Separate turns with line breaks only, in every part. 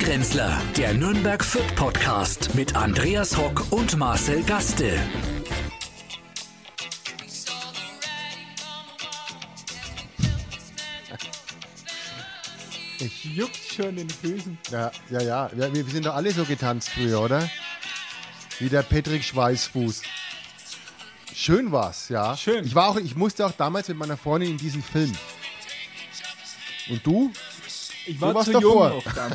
Grenzler, der Nürnberg Fit Podcast mit Andreas Hock und Marcel Gaste.
Es juckt schon in den Füßen.
Ja, ja, ja. Wir, wir sind doch alle so getanzt früher, oder? Wie der Patrick Schweißfuß. Schön war's, ja.
Schön.
Ich, war auch, ich musste auch damals mit meiner Freundin in diesen Film. Und du?
Ich
warst
zu
davor.
jung noch dann.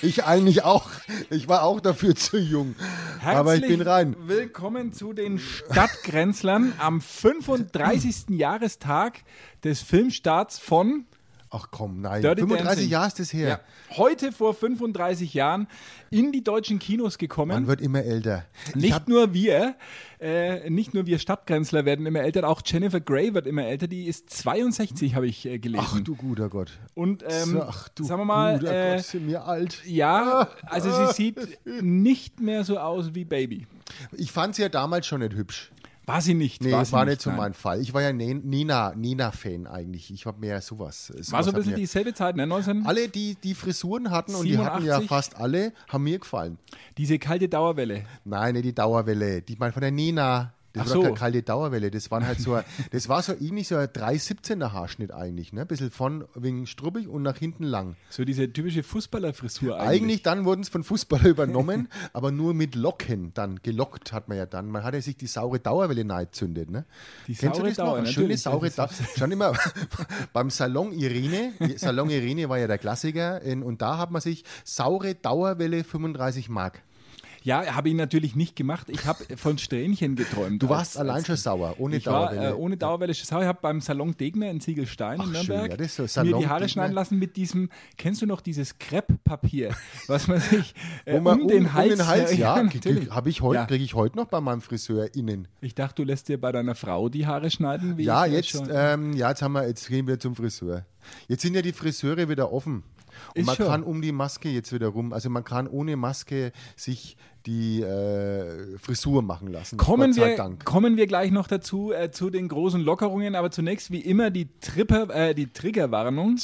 Ich eigentlich auch. Ich war auch dafür zu jung. Aber ich bin rein.
Willkommen zu den Stadtgrenzlern am 35. Jahrestag des Filmstarts von
Ach komm, nein.
Dirty
35
Dancing.
Jahre ist das her.
Ja. heute vor 35 Jahren in die deutschen Kinos
Man
gekommen.
wird immer älter. ich
Nicht
hab,
nur wir, äh, nicht nur wir Stadtgrenzler werden immer älter, auch Jennifer Grey wird immer älter. Die ist 62, habe ich äh, gelesen.
ach du guter Gott.
Und ähm,
ach du
sagen wir mal,
guter
äh,
Gott, sind wir alt.
ja, also sie sieht nicht mehr so aus wie Baby.
Ich fand sie ja damals schon nicht hübsch.
War sie nicht.
Nee,
war,
war,
sie
nicht so
nein.
mein Fall. Ich war ja Nen- Nina, Nina-Fan eigentlich. Ich habe mehr sowas. sowas
War so ein
hat
bisschen
mir-
dieselbe Zeit, ne? 19,
Alle, die die Frisuren hatten, und die hatten ja
87?
fast alle, haben mir gefallen.
diese kalte Dauerwelle.
Nein, nicht die Dauerwelle. Die meine von der Nena. Das
Ach
war
so.
doch keine kalte Dauerwelle. Das waren halt so, ein- das war so ähnlich so ein 3,17er Haarschnitt eigentlich, ne? Ein bisschen von wegen strubbig und nach hinten lang.
So diese typische Fußballerfrisur
Eigentlich,
eigentlich.
dann wurden es von Fußball übernommen, aber nur mit Locken dann. Gelockt hat man ja dann. Man hat ja sich die saure Dauerwelle neigzündet. Ne?
Die
Kennst
saure
du das
Dauer,
noch? Eine schöne
natürlich.
saure
Das
Dauer. Schon immer beim Salon Irene. Salon Irene war ja der Klassiker. In, und da hat man sich saure Dauerwelle 35 Mark.
Ja, habe ich natürlich nicht gemacht. Ich habe von Strähnchen geträumt.
Du
als-
warst allein
als-
schon sauer, ohne
ich war,
Dauerwelle.
äh, ohne Dauerwelle schon sauer. Ich habe beim Salon Degner in Ziegelstein
Ach,
in
schön,
Nürnberg
ja, das ist so
mir
Salon
die Haare
Degner.
schneiden lassen mit diesem, kennst du noch dieses Krepppapier, was man sich äh,
Wo man
um, den Hals,
um den Hals, ja,
natürlich.
habe ich heute,
Ja.
kriege ich heute noch bei meinem Friseur innen.
Ich dachte, du lässt dir bei deiner Frau die Haare schneiden. Wie
Ja,
ich, äh,
jetzt,
schon-
ähm, ja jetzt, haben wir, jetzt gehen wir zum Friseur. Jetzt sind ja die Friseure wieder offen. Und
Ist
man
schon.
kann um die Maske jetzt wieder rum, also man kann ohne Maske sich die äh, Frisur machen lassen.
Kommen
Gott sei
wir,
Dank.
kommen wir gleich noch dazu, äh, zu den großen Lockerungen, aber zunächst wie immer die, Tripper, äh, die Triggerwarnung.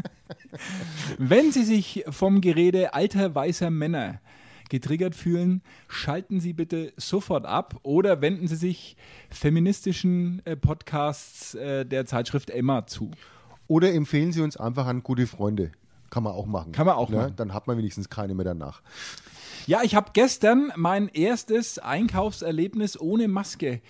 Wenn Sie sich vom Gerede alter weißer Männer getriggert fühlen, schalten Sie bitte sofort ab oder wenden Sie sich feministischen äh, Podcasts äh, der Zeitschrift Emma zu.
Oder empfehlen Sie uns einfach an gute Freunde. Kann man auch machen.
Kann man auch
Ne?
machen.
Dann hat man wenigstens keine mehr danach.
Ja, ich habe gestern mein erstes Einkaufserlebnis ohne Maske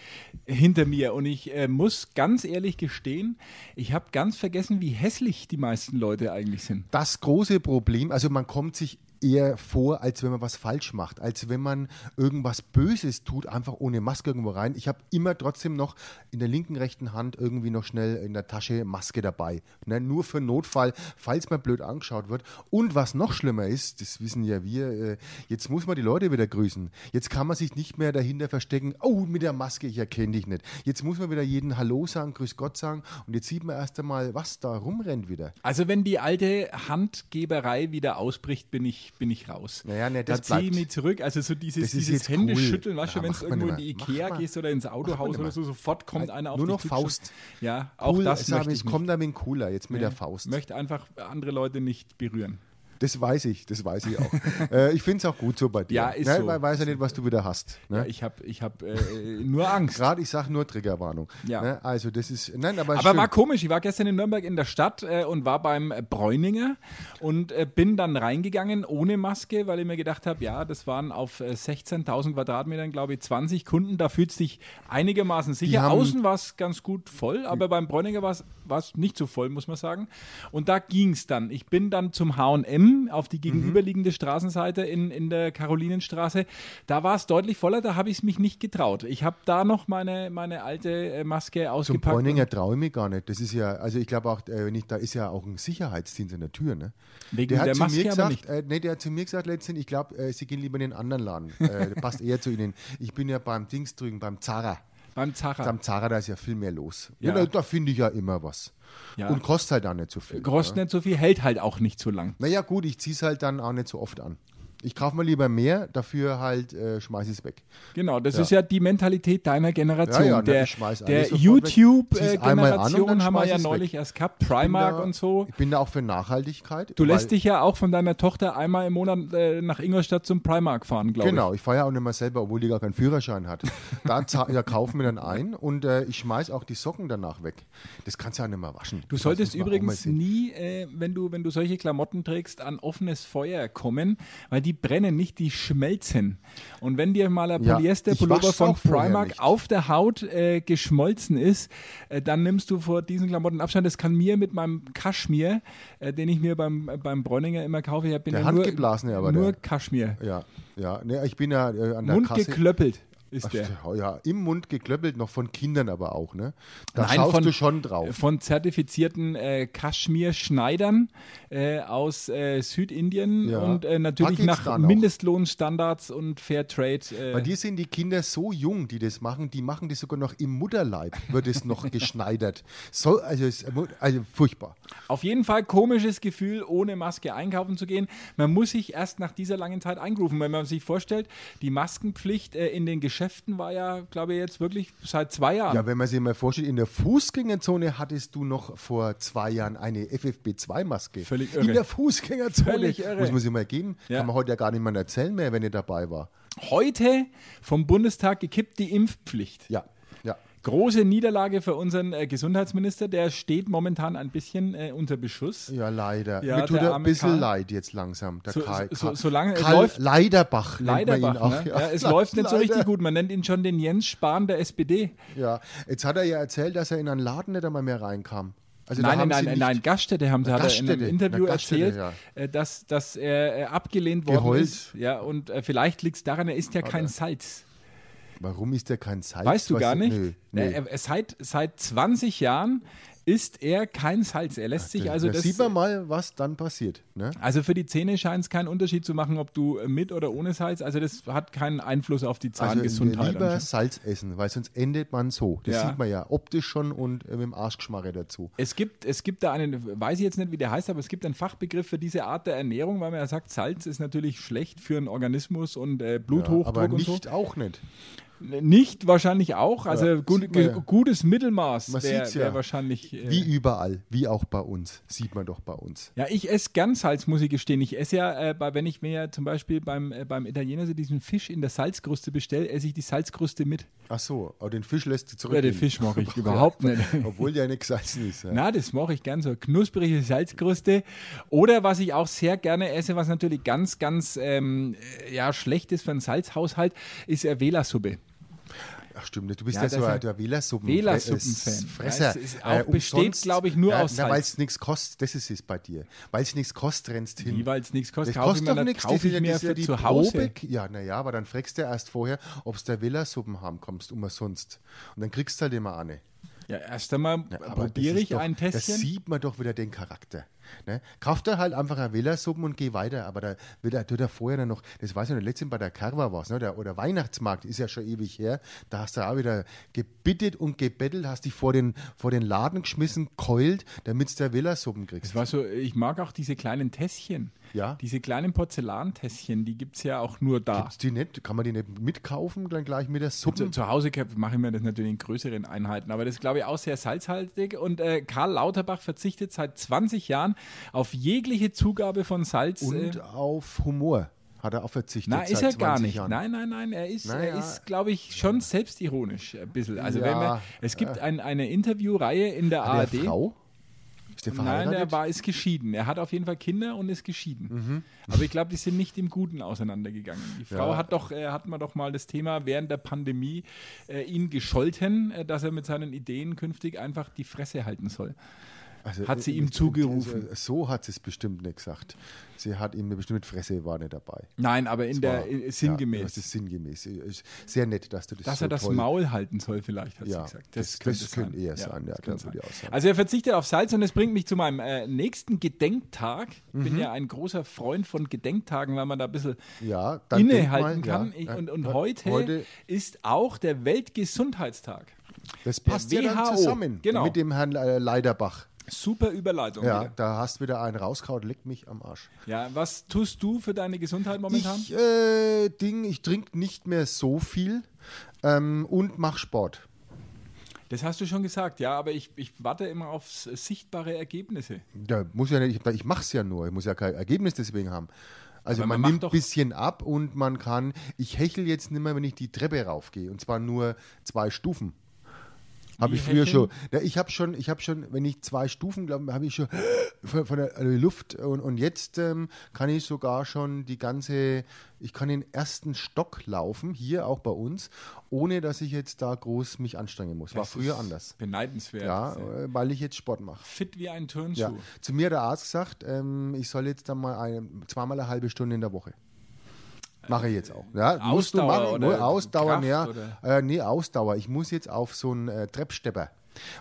hinter mir und ich äh, muss ganz ehrlich gestehen, ich habe ganz vergessen, wie hässlich die meisten Leute eigentlich sind.
das große Problem, also man kommt sich eher vor, als wenn man was falsch macht, als wenn man irgendwas Böses tut, einfach ohne Maske irgendwo rein. Ich habe immer trotzdem noch in der linken, rechten Hand irgendwie noch schnell in der Tasche Maske dabei. Ne? Nur für Notfall, falls man blöd angeschaut wird. Und was noch schlimmer ist, das wissen ja wir, äh, jetzt muss man die Leute wieder grüßen. Jetzt kann man sich nicht mehr dahinter verstecken, oh, mit der Maske, ich erkenne dich nicht. Jetzt muss man wieder jeden Hallo sagen, Grüß Gott sagen und jetzt sieht man erst einmal, was da rumrennt wieder.
Also wenn die alte Handgeberei wieder ausbricht, bin ich, bin ich raus.
Naja, ne, das
da ziehe ich
bleibt.
mich zurück. Also so dieses,
Das ist
dieses
jetzt
Händeschütteln,
cool.
weißt du,
Ja,
wenn du
macht man
irgendwo in die
nimmer. Macht
Ikea
man-
gehst oder ins
macht man
Autohaus oder
nimmer.
so, sofort kommt einer auf
Nur
dich
noch
zu.
Faust.
Ja, auch
cool,
das
sag
möchte
ich,
ich nicht.
komm da mit dem Cooler, jetzt mit der Faust.
möchte einfach andere Leute nicht berühren.
Das weiß ich, das weiß ich auch. äh, ich finde es auch gut so bei dir.
Ja, ist
ne,
so.
Man weiß ja nicht, was du wieder hast. Ne?
Ja, ich habe ich hab, äh, nur Angst.
Gerade ich sage nur Triggerwarnung.
Ja.
Ne? Also das ist, nein, aber,
Aber
schön.
war komisch. Ich war gestern in Nürnberg in der Stadt äh, und war beim äh, Bräuninger und äh, bin dann reingegangen ohne Maske, weil ich mir gedacht habe, ja, das waren auf äh, 16.000 Quadratmetern, glaube ich, 20 Kunden. Da fühlt sich einigermaßen sicher.
haben-
Außen war es ganz gut voll, aber beim Bräuninger war es nicht so voll, muss man sagen. Und da ging es dann. Ich bin dann zum H&M auf
Mhm.
die gegenüberliegende Straßenseite in, in der Karolinenstraße. Da war es deutlich voller. Da habe ich es mich nicht getraut. Ich habe da noch meine, meine alte äh, Maske
zum
ausgepackt. und-
Bräuninger traue ich mich gar nicht. Das ist ja, also ich glaube auch, äh, wenn ich da ist ja auch ein Sicherheitsdienst an der Tür, ne?
Wegen
der hat
der
zu
Maske
mir
aber
gesagt,
nicht.
Äh, nee, der hat zu mir gesagt letztens, ich glaube, äh, sie gehen lieber in den anderen Laden. Äh, passt eher zu ihnen. Ich bin ja beim Dings drüben, beim Zara.
Beim Zacher.
Am Zara, da ist ja viel mehr los.
Ja.
Ja. da da finde ich ja immer was.
Ja.
Und kostet halt auch nicht so viel.
Kostet nicht so viel, hält halt auch nicht so lang.
Naja, gut, ich ziehe es halt dann auch nicht so oft an. Ich kaufe mal lieber mehr, dafür halt äh, schmeiße ich es weg.
Genau, das
Ja.
ist ja die Mentalität deiner Generation.
Ja, ja, ne,
der
ich schmeiß
der
alles sofort weg. Zieh's einmal an und dann
YouTube-Generation haben wir
schmeiß
ja
ich's weg.
neulich erst gehabt,
Ich bin
Primark
da-
und so.
Ich bin da auch für Nachhaltigkeit.
Du
weil-
lässt dich ja auch von deiner Tochter einmal im Monat äh, nach Ingolstadt zum Primark fahren, glaube
Genau, ich fahre ja auch nicht mehr selber, obwohl die gar keinen Führerschein hat. Da, za- da kaufen wir dann ein und äh, ich schmeiß auch die Socken danach weg. Das kannst du ja nicht mehr waschen.
Du
Das
solltest
muss man auch mal
übrigens
sehen.
nie, äh, wenn, du, wenn du solche Klamotten trägst, an offenes Feuer kommen, weil die brennen nicht, die schmelzen. Und wenn dir mal ein
Ja, ich
Polyester-Pullover
wasch's
von
auch vorher
Primark
nicht.
auf der Haut äh, geschmolzen ist, äh, dann nimmst du vor diesen Klamotten Abstand. Das kann mir mit meinem Kaschmir, äh, den ich mir beim, äh, beim Bräuninger immer kaufe, ich bin
Der
ja
handgeblasene
nur,
aber,
nur
der-
Kaschmir.
Ja, ja. Ne, ich bin ja äh, an der
Mund
Kasse.
geklöppelt ist der.
Ach, oh ja, im Mund geklöppelt, noch von Kindern aber auch, ne? Da
Nein,
schaust
von-
du schon drauf.
Von zertifizierten äh, Kaschmir-Schneidern äh, aus äh, Südindien
Ja.
und äh, natürlich nach
Pakistan auch.
Mindestlohnstandards und Fairtrade.
Bei
Äh,
dir sind die Kinder so jung, die das machen, die machen das sogar noch im Mutterleib, wird es noch geschneidert. So, also, es- also furchtbar.
auf jeden Fall komisches Gefühl, ohne Maske einkaufen zu gehen. Man muss sich erst nach dieser langen Zeit eingrufen. Wenn man sich vorstellt, die Maskenpflicht äh, in den Geschäften war ja, glaube ich, jetzt wirklich seit zwei Jahren.
Ja, wenn man sich mal vorstellt, in der Fußgängerzone hattest du noch vor zwei Jahren eine FFP2-Maske.
Völlig irre.
In der Fußgängerzone.
Völlig irre.
Muss man sich mal geben.
Ja.
Kann man heute ja gar nicht mehr erzählen mehr, wenn ihr dabei war.
Heute vom Bundestag gekippt die Impfpflicht.
Ja, ja.
Große Niederlage für unseren äh, Gesundheitsminister, der steht momentan ein bisschen äh, unter Beschuss.
Ja, leider.
Ja,
Mir tut
der
er
arme
ein bisschen
Karl.
leid jetzt langsam. Der
So-
Karl,
so-
Karl-
solange es
Karl
läuft-
Leiderbach. nennt man
Leiderbach,
ihn auch.
ne? ja, es
Le-
läuft nicht so richtig
Leider.
gut. Man nennt ihn schon den Jens Spahn der SPD.
Ja, jetzt hat er ja erzählt, dass er in einen Laden nicht einmal mehr reinkam. Also da
Nein, nein,
haben
nein,
sie
nein,
nicht
nein, Gaststätte haben sie, hat er in einem
Gaststätte,
Interview
na, Gaststätte,
erzählt,
ja.
äh, dass, dass er äh, abgelehnt worden
Geheult.
ist. Ja, und äh, vielleicht liegt es daran, er ist ja kein Salz.
Warum ist er kein Salz?
Weißt du
Was-
gar nicht?
Nö, nö.
Äh, er- seit, seit 20 Jahren ist er kein Salz. Er lässt sich also
da
das.
sieht man mal, was dann passiert. Ne?
also für die Zähne scheint es keinen Unterschied zu machen, ob du äh, mit oder ohne Salz. Also das hat keinen Einfluss auf die
Also
Zahngesundheit.
lieber
anscheinend.
Salz essen, weil sonst endet man so. Das
ne? Ja.
sieht man ja optisch schon und äh, mit dem Arschgeschmarre dazu.
Es gibt, es gibt da einen, weiß ich jetzt nicht, wie der heißt, aber es gibt einen Fachbegriff für diese Art der Ernährung, weil man ja sagt, Salz ist natürlich schlecht für den Organismus und äh,
Ja,
Bluthochdruck
aber
und so.
nicht auch nicht.
Nicht wahrscheinlich auch, also
Ja,
gut,
sieht man ja.
ge- gutes Mittelmaß
Man
wäre
sieht's ja.
wär wahrscheinlich. Äh,
Wie überall, wie auch bei uns. Sieht man doch bei uns.
Ja, ich esse gern Salz, muss ich gestehen. Ich esse ja, äh, bei, wenn ich mir ja zum Beispiel beim, äh, beim Italiener so diesen Fisch in der Salzkruste bestelle, esse ich die Salzkruste mit.
Ach so, aber den Fisch lässt du zurück.
Ja, den Fisch mag ich überhaupt nicht.
Obwohl der nicht gesalzen ist. Ja.
Na, das mache ich gern, so eine knusprige Salzkruste. Oder was ich auch sehr gerne esse, was natürlich ganz, ganz ähm, äh, ja, schlecht ist für einen Salzhaushalt, ist äh, Wählersuppe.
Ach stimmt, du bist
Ja,
ja,
das
so
ist-
ein der Wählersuppen
Wählersuppenfan.
Fresser.
Das ist auch besteht, glaub ich, nur
ja,
aus Salz.
Weil es nichts kostet, das ist es bei dir. Weil es nichts kostet, rennst hin.
Wie, weil's nichts kostet,
das
kaufe ich
kostet
mir
doch
dann-
nichts.
kaufe
das
ich
ist ja-
mir
das ist ja
für
die
zu Hause.
Probe. Ja, naja, aber dann fragst du erst vorher, ob es der Wählersuppen haben kommst, umsonst. Und dann kriegst du halt immer eine.
Ja, erst einmal
Ja, aber
probiere
das ist
ich
doch,
ein
Das
Tässchen.
sieht man doch wieder den Charakter. Ne? Kauf da halt einfach ein Wählersuppen und geh weiter. Aber da wird er, tut er vorher dann noch, das weiß ich noch, letztens bei der Carva war es, ne? der, oder Weihnachtsmarkt ist ja schon ewig her. Da hast du auch wieder gebittet und gebettelt, hast dich vor den, vor den Laden geschmissen, keult, damit du der Wählersuppen
Das
kriegst.
war so, ich mag auch diese kleinen Tässchen.
Ja.
Diese kleinen Porzellantässchen, die gibt es ja auch nur da.
Gibt's die nicht? Kann man die nicht mitkaufen, dann gleich mit der
Zu,
Suppe?
zu Hause ke- mache ich mir das natürlich in größeren Einheiten, aber das ist, glaube ich, auch sehr salzhaltig. Und äh, Karl Lauterbach verzichtet seit 20 Jahren auf jegliche Zugabe von Salz. äh,
Und auf Humor hat er auch verzichtet.
Na, ist
seit
er gar
20
nicht.
Jahren.
Nein, nein, nein, er ist,
Naja.
er ist glaube ich, schon selbstironisch ein bisschen. Also
Ja.
wenn man, es gibt ein, eine Interviewreihe in der
Hat
ARD.
er Frau? Ist der
Nein,
verheiratet? Mhm.
er war, ist geschieden. Er hat auf jeden Fall Kinder und ist geschieden. Aber ich glaube, die sind nicht im Guten auseinandergegangen. Die Frau
Ja.
hat doch, äh, hatten wir doch mal das Thema während der Pandemie äh, ihn gescholten, äh, dass er mit seinen Ideen künftig einfach die Fresse halten soll.
Also,
Hat sie ihm
äh,
zugerufen.
äh, So hat sie es bestimmt nicht gesagt. Sie hat ihm eine bestimmte Fresse, war nicht dabei.
Nein, aber in der
War-
äh,
Ja,
sinngemäß.
das ist sinngemäß. Äh, Ist Sehr nett, dass du das
dass
so
er das
toll
Maul halten soll, vielleicht, hat sie
Ja,
gesagt.
das- das könnte eher sein, ja,
das könnte
da würde ich auch sagen.
Also er verzichtet auf Salz und das bringt mich zu meinem äh, nächsten Gedenktag. Ich bin ja ein großer Freund von Gedenktagen, weil man da ein bisschen
Mhm. Ja, dann denk
innehalten
mal, ja,
kann. Ich,
ja,
und und
ja,
heute,
heute-
ist auch der Weltgesundheitstag.
Das passt ja dann
WHO,
zusammen
genau.
mit dem Herrn äh, Leiderbach.
Super Überleitung.
Ja,
wieder.
da hast wieder einen rauskaut, leckt mich am Arsch.
ja, was tust du für deine Gesundheit momentan?
Ich, äh, Ding, ich trinke nicht mehr so viel ähm, und mach Sport.
das hast du schon gesagt, ja, aber ich, ich warte immer auf s- sichtbare Ergebnisse.
Da muss ja nicht, ich mache es ja nur, ich muss ja kein Ergebnis deswegen haben. Also
Aber
man,
man macht
nimmt ein
doch-
bisschen ab und man kann, ich hechel jetzt nicht mehr, wenn ich die Treppe raufgehe und zwar nur zwei Stufen. Habe
Wie
ich früher
hecheln?
schon. Ja, ich habe schon, ich habe schon, wenn ich zwei Stufen glaube, habe ich schon von, von der äh, Luft und, und jetzt ähm, kann ich sogar schon die ganze, ich kann den ersten Stock laufen, hier auch bei uns, ohne dass ich jetzt da groß mich anstrengen muss. War
Das
früher
ist
anders.
Beneidenswert.
Ja, äh, weil ich jetzt Sport mache.
Fit wie ein Turnschuh.
Ja. Zu mir hat der Arzt gesagt, ähm, ich soll jetzt dann mal ein, zweimal eine halbe Stunde in der Woche. Mache ich jetzt auch. Ja, musst du
Ausdauer
machen.
oder
Nur Ausdauer,
Kraft
ja.
oder?
Äh, nee, Ausdauer. Ich muss jetzt auf so einen äh, Treppstepper,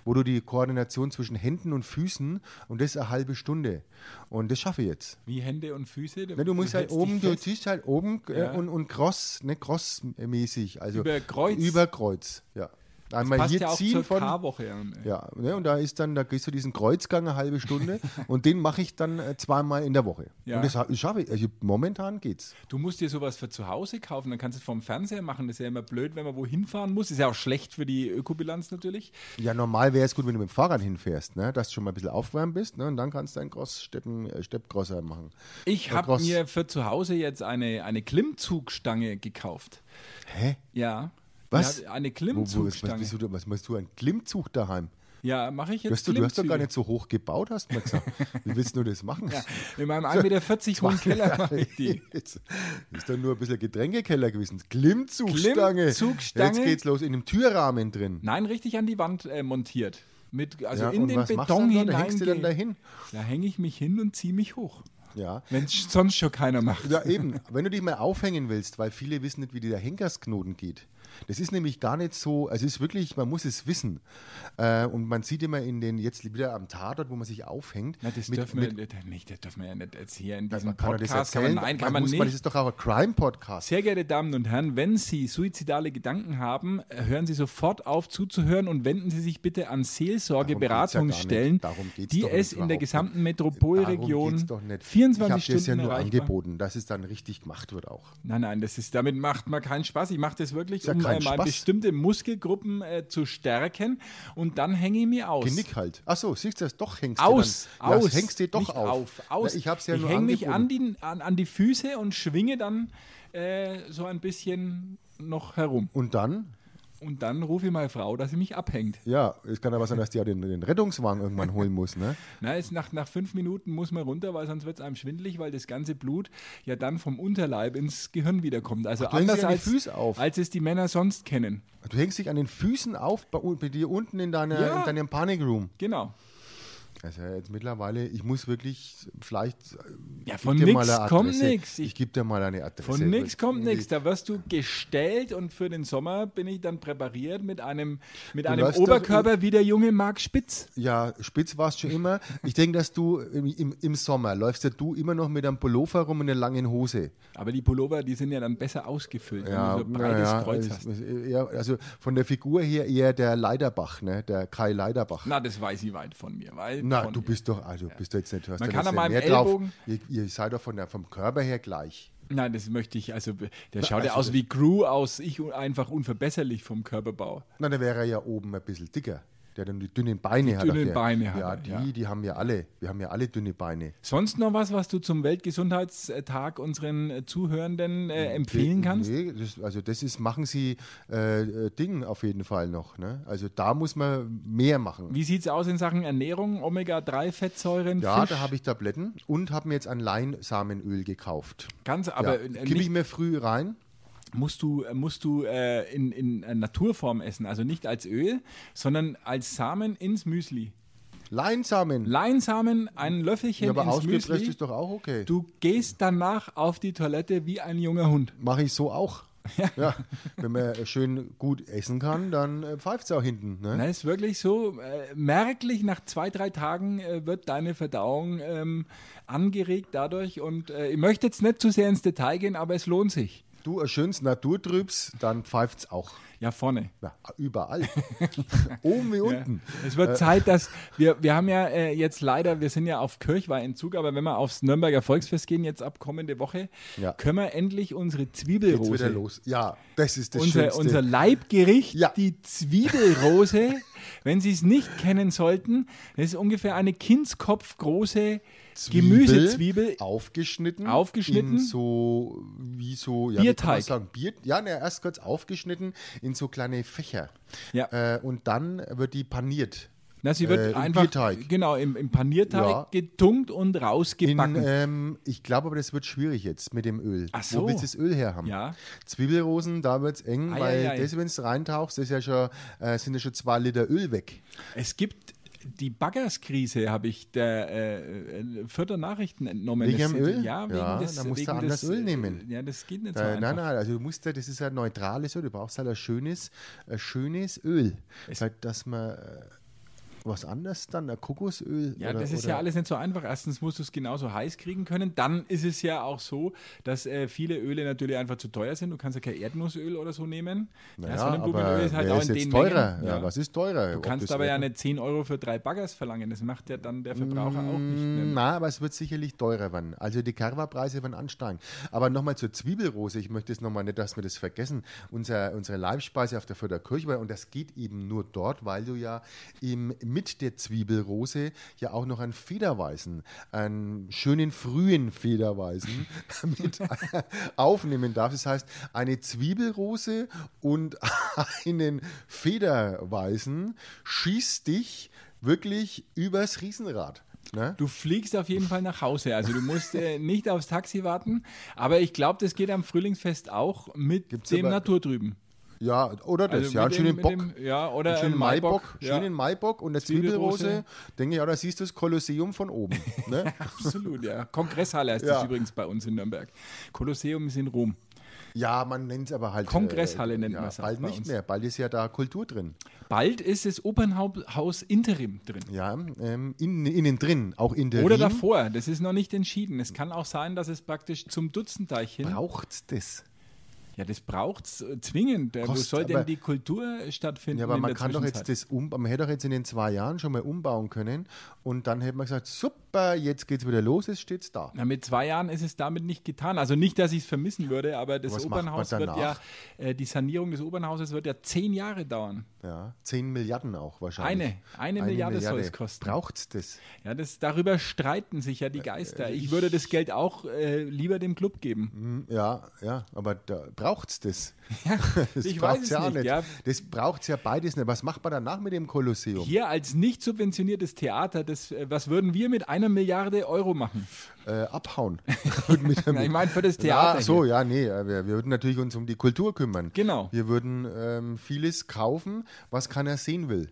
wo du die Koordination zwischen Händen und Füßen und das eine halbe Stunde. Und das schaffe ich jetzt.
Wie Hände und Füße.
Ne, du musst halt
hältst dich
oben, du
fest.
ziehst halt oben äh,
Ja.
und, und cross, ne, crossmäßig. Also
Über Kreuz.
Über Kreuz, ja. Einmal
Passt
hier
ja auch
ziehen
zur
von,
Karwoche an. ey.
ja, ne, und da ist dann, da gehst du diesen Kreuzgang eine halbe Stunde und den mache ich dann äh, zweimal in der Woche.
Ja.
Und das ha- schaffe ich. Also momentan geht's.
Du musst dir sowas für zu Hause kaufen, dann kannst du es vom Fernseher machen. Das ist ja immer blöd, wenn man wohin fahren muss. Ist ja auch schlecht für die Ökobilanz natürlich.
Ja, normal wäre es gut, wenn du mit dem Fahrrad hinfährst, ne, dass du schon mal ein bisschen aufwärmen bist, ne, und dann kannst du einen Cross-Steppen, äh, Steppcrosser machen.
Ich
Ja,
habe
krass.
mir für zu Hause jetzt eine, eine Klimmzugstange gekauft.
Hä?
Ja.
Was?
Ja, eine
Wo, wo, was, was,
Klimmzugstange.
bist du, was machst du, einen Klimmzug daheim?
ja, mache ich jetzt.
Du hast, doch- du hast doch
Klimmzüge.
gar nicht so hoch gebaut, hast du mal gesagt. Wie willst du das machen?
Ja, in meinem 1,40 Meter hohen Keller mache ich die.
Jetzt ist doch nur ein bisschen Getränkekeller gewesen. Klimmzugstange.
Klimmzugstange.
Jetzt geht's los in dem Türrahmen drin.
Nein, richtig an die Wand äh, montiert. Mit, also
Ja,
in
und
den
was machst du
Beton
dann
hinein.
da? Hängst du dann dahin?
Da hänge ich mich hin und ziehe mich hoch.
Ja.
Wenn es sonst schon keiner macht.
Ja, eben. Wenn du dich mal aufhängen willst, weil viele wissen nicht, wie der Henkersknoten geht. Das ist nämlich gar nicht so, also es ist wirklich, man muss es wissen. Äh, und man sieht immer in den, jetzt wieder am Tatort, wo man sich aufhängt.
Na, das
mit-
dürfen
mit- Also
wir nicht, nicht, das dürfen wir ja nicht jetzt hier in
man
diesem
kann doch das
Podcast. Kann man,
erzählen.
nein, kann man
muss
nicht.
Das ist doch auch ein Crime-Podcast.
Sehr geehrte Damen und Herren, wenn Sie suizidale Gedanken haben, äh, hören Sie sofort auf zuzuhören und wenden Sie sich bitte an Seelsorgeberatungsstellen,
Darum geht's ja gar nicht. Darum geht's
die
doch
es
nicht
in der
überhaupt
gesamten
nicht. Darum
Metropolregion
geht's doch nicht. ich
24
hab
Stunden
das ja nur
erreichbar.
angeboten, dass es dann richtig gemacht wird auch.
Nein, nein, das ist, damit macht man keinen Spaß. Ich mache das wirklich,
ja
um
kein
äh, mal
Spaß.
bestimmte Muskelgruppen äh, zu stärken und dann hänge ich mir aus.
Genick halt. Achso, siehst du das? Doch hängst
Aus,
du dann. Ja, das
aus,
hängst du doch
nicht
auf.
aus.
Na, ich hab's ja nur
hänge mich
angeboten.
an die, an, an die Füße und schwinge dann äh, so ein bisschen noch herum.
Und dann?
Und dann rufe ich meine Frau, dass sie mich abhängt.
Ja, es kann aber sein, dass die ja den, den Rettungswagen irgendwann holen muss, ne?
Na, ist nach, nach fünf Minuten muss man runter, weil sonst wird es einem schwindelig, weil das ganze Blut ja dann vom Unterleib ins Gehirn wiederkommt. Also
Ach, du hängst
anders
dir an die
als,
Füße auf.
als es die Männer sonst kennen.
Du hängst dich an den Füßen auf bei, bei dir unten in, deiner,
Ja.
in deinem Panikroom.
Genau.
Also jetzt mittlerweile, ich muss wirklich vielleicht.
Ja,
ich
von
geb dir mal
nix
eine
kommt
Adresse.
nix.
Ich,
Ich-
gebe dir mal eine Adresse.
Von nichts kommt
Irgendwie-
nichts. Da wirst du gestellt und für den Sommer bin ich dann präpariert mit einem, mit
Du
einem
läufst
Oberkörper wie der junge Marc Spitz.
Ja, spitz warst schon immer. Ich denke, dass du im, im, im Sommer läufst ja du immer noch mit einem Pullover rum und einer langen Hose.
Aber die Pullover, die sind ja dann besser ausgefüllt, wenn du so ein breites
naja,
Kreuz
es-
hast.
es- eher- also von der Figur her eher der Leiderbach, ne? Der Kai Leiderbach.
Na, das weiß ich weit von mir. Weit
Na,
von
du
mir.
bist doch, also bist du jetzt nicht, hörst
Man
du
kann
jetzt
an
nicht
meinem
mehr
Ellbogen-
Ihr, ihr seid doch von der, vom Körper her gleich.
Nein, das möchte ich. Also, der schaut ja
also
aus wie Gru aus. Ich un- einfach unverbesserlich vom Körperbau.
Na, dann wäre er ja oben ein bisschen dicker. Der dann die dünnen Beine hat.
dünnen
der.
Beine hat
ja,
er,
die,
ja.
die haben ja alle. Wir haben ja alle dünne Beine.
Sonst noch was, was du zum Weltgesundheitstag unseren äh, Zuhörenden äh, empfehlen kannst?
Nee, das, also das ist, machen sie äh, äh, Ding auf jeden Fall noch. Ne? Also da muss man mehr machen.
Wie sieht es aus in Sachen Ernährung? Omega-3-Fettsäuren,
ja,
Fisch?
da habe ich Tabletten und habe mir jetzt ein Leinsamenöl gekauft.
Ganz,
Ja,
aber äh,
kipp ich
nicht,
mir früh rein.
musst du, äh, musst du äh, in, in äh, Naturform essen. Also nicht als Öl, sondern als Samen ins Müsli.
Leinsamen.
Leinsamen, ein Löffelchen
ja, aber
ins
ausgepresst
Müsli.
ist doch auch okay.
Du gehst danach auf die Toilette wie ein junger Hund.
Mache ich so auch. Ja. Wenn man schön gut essen kann, dann äh, pfeift es auch hinten. Ne?
Na, ist wirklich so äh, merklich, nach zwei, drei Tagen äh, wird deine Verdauung ähm, angeregt dadurch. Und äh, ich möchte jetzt nicht zu sehr ins Detail gehen, aber es lohnt sich.
Du, ein schönes Naturtrübs, dann pfeift's auch.
Ja, vorne.
Na, überall. Oben wie unten.
Es wird Zeit, dass wir, wir haben ja äh, jetzt leider, wir sind ja auf Kirchweihentzug, aber wenn wir aufs Nürnberger Volksfest gehen, jetzt ab kommende Woche,
Ja.
können wir endlich unsere
Geht's wieder
Zwiebelrose,
los. Ja, das ist das
unser,
Schönste.
unser Leibgericht,
Ja.
die Zwiebelrose, wenn Sie es nicht kennen sollten, das ist ungefähr eine kindskopfgroße
Zwiebel,
Gemüsezwiebel.
Aufgeschnitten.
Aufgeschnitten.
In so, wie so, ja, wie kann man
Bierteig.
sagen, Bier, ja, ne, erst kurz aufgeschnitten in so kleine Fächer.
Ja.
Äh, und dann wird die paniert.
Na, sie wird
äh, im
einfach
Bierteig.
genau im, im Panierteig
Ja.
getunkt und
In,
rausgebacken.
ähm, ich glaube aber, das wird schwierig jetzt mit dem Öl.
Ach
Wo
so.
willst du das Öl her haben?
Ja.
Zwiebelrosen, da wird es eng,
Ei,
weil
ei, ei.
das, wenn du reintauchst, ist ja schon, äh, sind ja schon zwei Liter Öl weg.
Es gibt die Baggerskrise, habe ich der äh, äh, Vierter Nachrichten entnommen.
Wegen
Das-
dem Öl?
Ja, wegen
Ja,
des,
dann musst du
wegen
anders
des,
Öl nehmen.
äh, Ja, das geht nicht so
Äh,
einfach.
nein, nein, also du musst ja, das ist ja neutrales Öl, du brauchst halt ein schönes, ein schönes Öl. Halt, dass man äh, was anderes dann, ein Kokosöl.
Ja,
oder,
das ist
oder
ja alles nicht so einfach. Erstens musst du es genauso heiß kriegen können. Dann ist es ja auch so, dass äh, viele Öle natürlich einfach zu teuer sind. Du kannst ja kein Erdnussöl oder so nehmen.
Naja,
so ein halt Blumenöl
aber wer ist jetzt teurer?
Mengen.
Ja. was ist teurer?
Du kannst aber ja nicht 10 Euro für drei Baggers verlangen. Das macht ja dann der Verbraucher auch nicht. Ne?
Nein, Mm, aber es wird sicherlich teurer werden. Also die Carva-Preise werden ansteigen. Aber nochmal zur Zwiebelrose. Ich möchte es nochmal nicht, dass wir das vergessen. Unser, unsere Leibspeise auf der Förderkirche, weil- und das geht eben nur dort, weil du ja im, mit der Zwiebelrose ja auch noch einen Federweißen, einen schönen frühen Federweißen mit aufnehmen darfst. Das heißt, eine Zwiebelrose und einen Federweißen schießt dich wirklich übers Riesenrad. Ne?
Du fliegst auf jeden Fall nach Hause. Also du musst äh, nicht aufs Taxi warten. Aber ich glaube, das geht am Frühlingsfest auch mit
Gibt's
dem
aber-
Naturtrüben.
Ja, oder
Also
das, ja, einen
mit dem-
schönen
mit
Bock.
dem- ja, oder
einen schönen
einen
Maibock.
Maibock, ja.
Schönen Maibock und eine
Zwiebelrose.
Zwiebelrose. Denke ich, ja, da siehst du das Kolosseum von oben. Ne?
Absolut, ja. Kongresshalle heißt
Ja.
das übrigens bei uns in Nürnberg. Kolosseum ist in Rom.
ja, man nennt es aber halt.
Kongresshalle nennt
ja,
man's auch
Bald
bei
nicht
uns.
mehr, bald ist ja da Kultur drin.
Bald ist das Opernhaus Interim drin.
Ja, ähm, innen, innen drin, auch in der
Oder davor, das ist noch nicht entschieden. Es kann auch sein, dass es praktisch zum Dutzendeich hin.
Braucht das?
Ja, das braucht es zwingend. Äh, Wo
Kostet
soll denn
aber-
die Kultur stattfinden?
Ja, aber
in
man
der
kann doch jetzt
Zwischenzeit?
das um, man hätte doch jetzt in den zwei Jahren schon mal umbauen können und dann hätte man gesagt, super, jetzt geht's wieder los, es steht's da.
Na, mit zwei Jahren ist es damit nicht getan. Also nicht, dass ich es vermissen würde, aber das
Was macht man
Opernhaus wird ja,
danach?
äh, die Sanierung des Opernhauses wird ja zehn Jahre dauern.
Ja, 10 Milliarden auch wahrscheinlich.
Eine- eine Milliarde soll's kosten.
Braucht's das?
Ja, das, darüber streiten sich
Äh,
ja die Geister. Ich würde das Geld auch äh, lieber dem Club geben.
Hm, Ja, ja, aber da braucht's das. das
ich
braucht's
weiß es
ja auch
nicht, ja.
Das braucht's ja beides nicht. Was macht man danach mit dem Kolosseum?
Hier als nicht subventioniertes Theater, das, äh, was würden wir mit einer Milliarde Euro machen?
Äh, abhauen. Würden wir damit-
Na, ich meine für das Theater
Ja, so, ja, nee. äh, Wir, wir würden natürlich uns um die Kultur kümmern.
Genau.
Wir würden ähm, vieles kaufen, was keiner sehen will.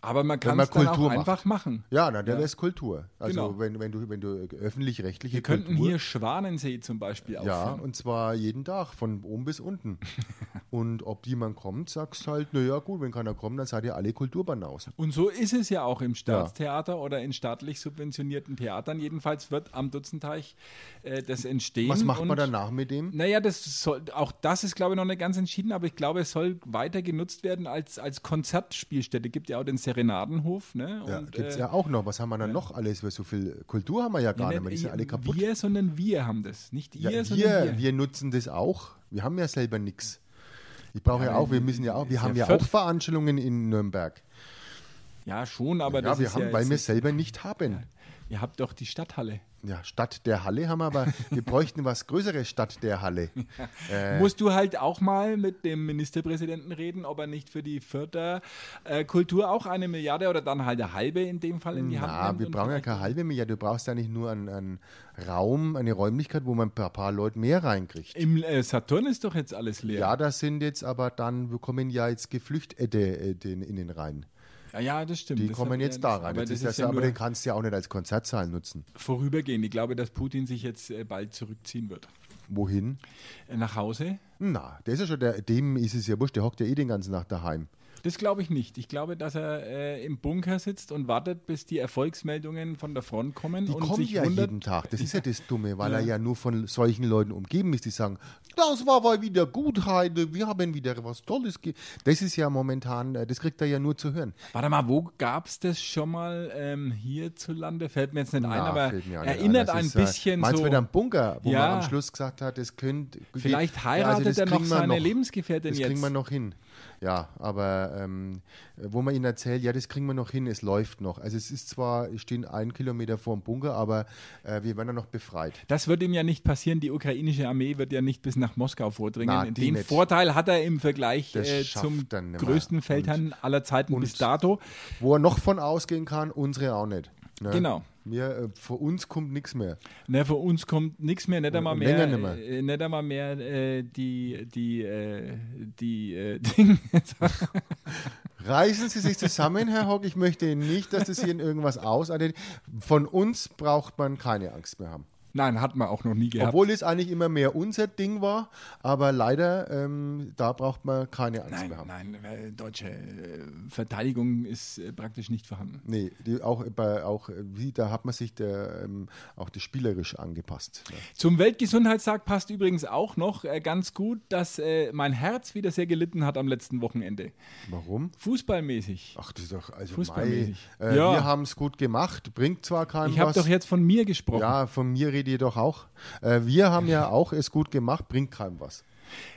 Aber man kann
man
es dann
Kultur
auch
macht.
einfach machen.
Ja, na, der ja. wäre es Kultur. Also
Genau.
wenn, wenn du, wenn du äh, öffentlich-rechtliche
Wir könnten
Kultur,
hier Schwanensee zum Beispiel
Ja,
aufführen.
und zwar jeden Tag, von oben bis unten. und ob jemand kommt, sagst halt, naja gut, wenn keiner kommt, dann seid ihr alle Kulturbanausen.
Und so ist es ja auch im Staatstheater oder in staatlich subventionierten Theatern. Jedenfalls wird am Dutzenteich äh, das entstehen.
Was macht
und,
man danach mit dem?
Naja, das soll, auch das ist, glaube ich, noch nicht ganz entschieden, aber ich glaube, es soll weiter genutzt werden als, als Konzertspielstätte. Gibt ja auch den Serenadenhof. Ne?
Ja,
Und,
gibt's
äh,
ja auch noch. Was haben wir dann noch alles? Weil so viel Kultur haben wir ja gar
ja,
nicht mehr. Die sind alle kaputt.
Wir, sondern wir haben das. Nicht ihr,
ja,
sondern
wir,
wir.
wir nutzen das auch. Wir haben ja selber nichts. Ich brauche ja, auch, wir müssen ja auch, wir
ist
haben
ja
ja, auch
Fürth.
Veranstaltungen in Nürnberg.
Ja, schon, aber
Ja,
das
wir
ist
haben,
ja
weil wir
jetzt,
es selber nicht haben.
ihr habt doch die Stadthalle.
Ja, statt der Halle haben wir aber, wir bräuchten was Größeres statt der Halle. Äh.
Musst du halt auch mal mit dem Ministerpräsidenten reden, ob er nicht für die Förderkultur äh, Kultur auch eine Milliarde oder dann halt eine halbe in dem Fall in die Hand
Na,
nimmt
wir
und
brauchen ja
vielleicht-
keine halbe Milliarde. Du brauchst eigentlich nur einen, einen Raum, eine Räumlichkeit, wo man ein paar, paar Leute mehr reinkriegt.
Im äh, Saturn ist doch jetzt alles leer.
Ja, das sind jetzt aber dann, wir kommen ja jetzt Geflüchtete äh, den, in den rein.
ja, ja, das stimmt.
Die
Das
kommen
hat-
jetzt da rein.
Aber
Jetzt
das
ist
ist
das,
ja
aber
nur
den kannst du ja auch nicht als Konzertsaal nutzen.
vorübergehend. Ich glaube, dass Putin sich jetzt äh, bald zurückziehen wird.
Wohin?
Äh, nach Hause?
Na, der ist ja schon, der, dem ist es ja wurscht, der hockt ja eh den ganzen Tag daheim.
Das glaube ich nicht. Ich glaube, dass er äh, im Bunker sitzt und wartet, bis die Erfolgsmeldungen von der Front kommen.
Die
und
kommen
sich
ja
wundert,
jeden Tag. Das ist ja das Dumme, weil er ja nur von solchen Leuten umgeben ist, die sagen, das war mal wieder gut heute, wir haben wieder was Tolles. Ge das ist ja momentan, äh, das kriegt er ja nur zu hören.
Warte mal, wo gab es das schon mal ähm, hierzulande? Fällt mir jetzt nicht ein,
Na,
aber
fällt mir auch nicht ein.
erinnert
Das
ein
ist, äh,
bisschen
meinst
so.
du wieder am Bunker, wo
Ja.
man am Schluss gesagt hat, das könnte...
Vielleicht
geht- also
heiratet
das
er noch
kriegen wir
seine Lebensgefährtin
Das
jetzt.
kriegen wir noch hin. Ja, aber ähm, wo man ihnen erzählt, ja, das kriegen wir noch hin, es läuft noch. Also es ist zwar, wir stehen einen Kilometer vor dem Bunker, aber äh, wir werden dann noch befreit.
das wird ihm ja nicht passieren. Die ukrainische Armee wird ja nicht bis nach Moskau vordringen.
Na, die
Den
nicht.
Vorteil hat er im Vergleich
Das
äh,
schafft
zum
er nimmer.
größten Feldherrn aller Zeiten
und-
bis dato.
Wo er noch von ausgehen kann, unsere auch nicht. Ne?
Genau.
Mir, äh, für uns kommt nichts mehr.
Ne, für uns kommt nichts mehr, nicht einmal
Und
mehr,
länger nimmer.
äh, nicht einmal mehr äh, die, die, äh, die äh, Ding.
Reißen Sie sich zusammen, Herr Hock. Ich möchte nicht, dass das hier in irgendwas ausartet. Von uns braucht man keine Angst mehr haben.
Nein, hat man auch noch nie gehabt.
Obwohl es eigentlich immer mehr unser Ding war, aber leider, ähm, da braucht man keine Angst
nein,
mehr haben.
nein, äh, deutsche äh, Verteidigung ist äh, praktisch nicht vorhanden.
Nee, die, auch, bei, auch äh, wie, da hat man sich der, ähm, auch das spielerisch angepasst. Ne?
Zum Weltgesundheitstag passt übrigens auch noch äh, ganz gut, dass äh, mein Herz wieder sehr gelitten hat am letzten Wochenende.
Warum?
Fußballmäßig.
Ach, das ist doch, also Mei,
Fußballmäßig.
äh,
Ja.
wir haben es gut gemacht, bringt zwar keinem
Ich habe
was.
doch jetzt von mir gesprochen.
Ja, von mir redet ihr doch auch. Äh, wir haben ja auch es gut gemacht, bringt keinem was.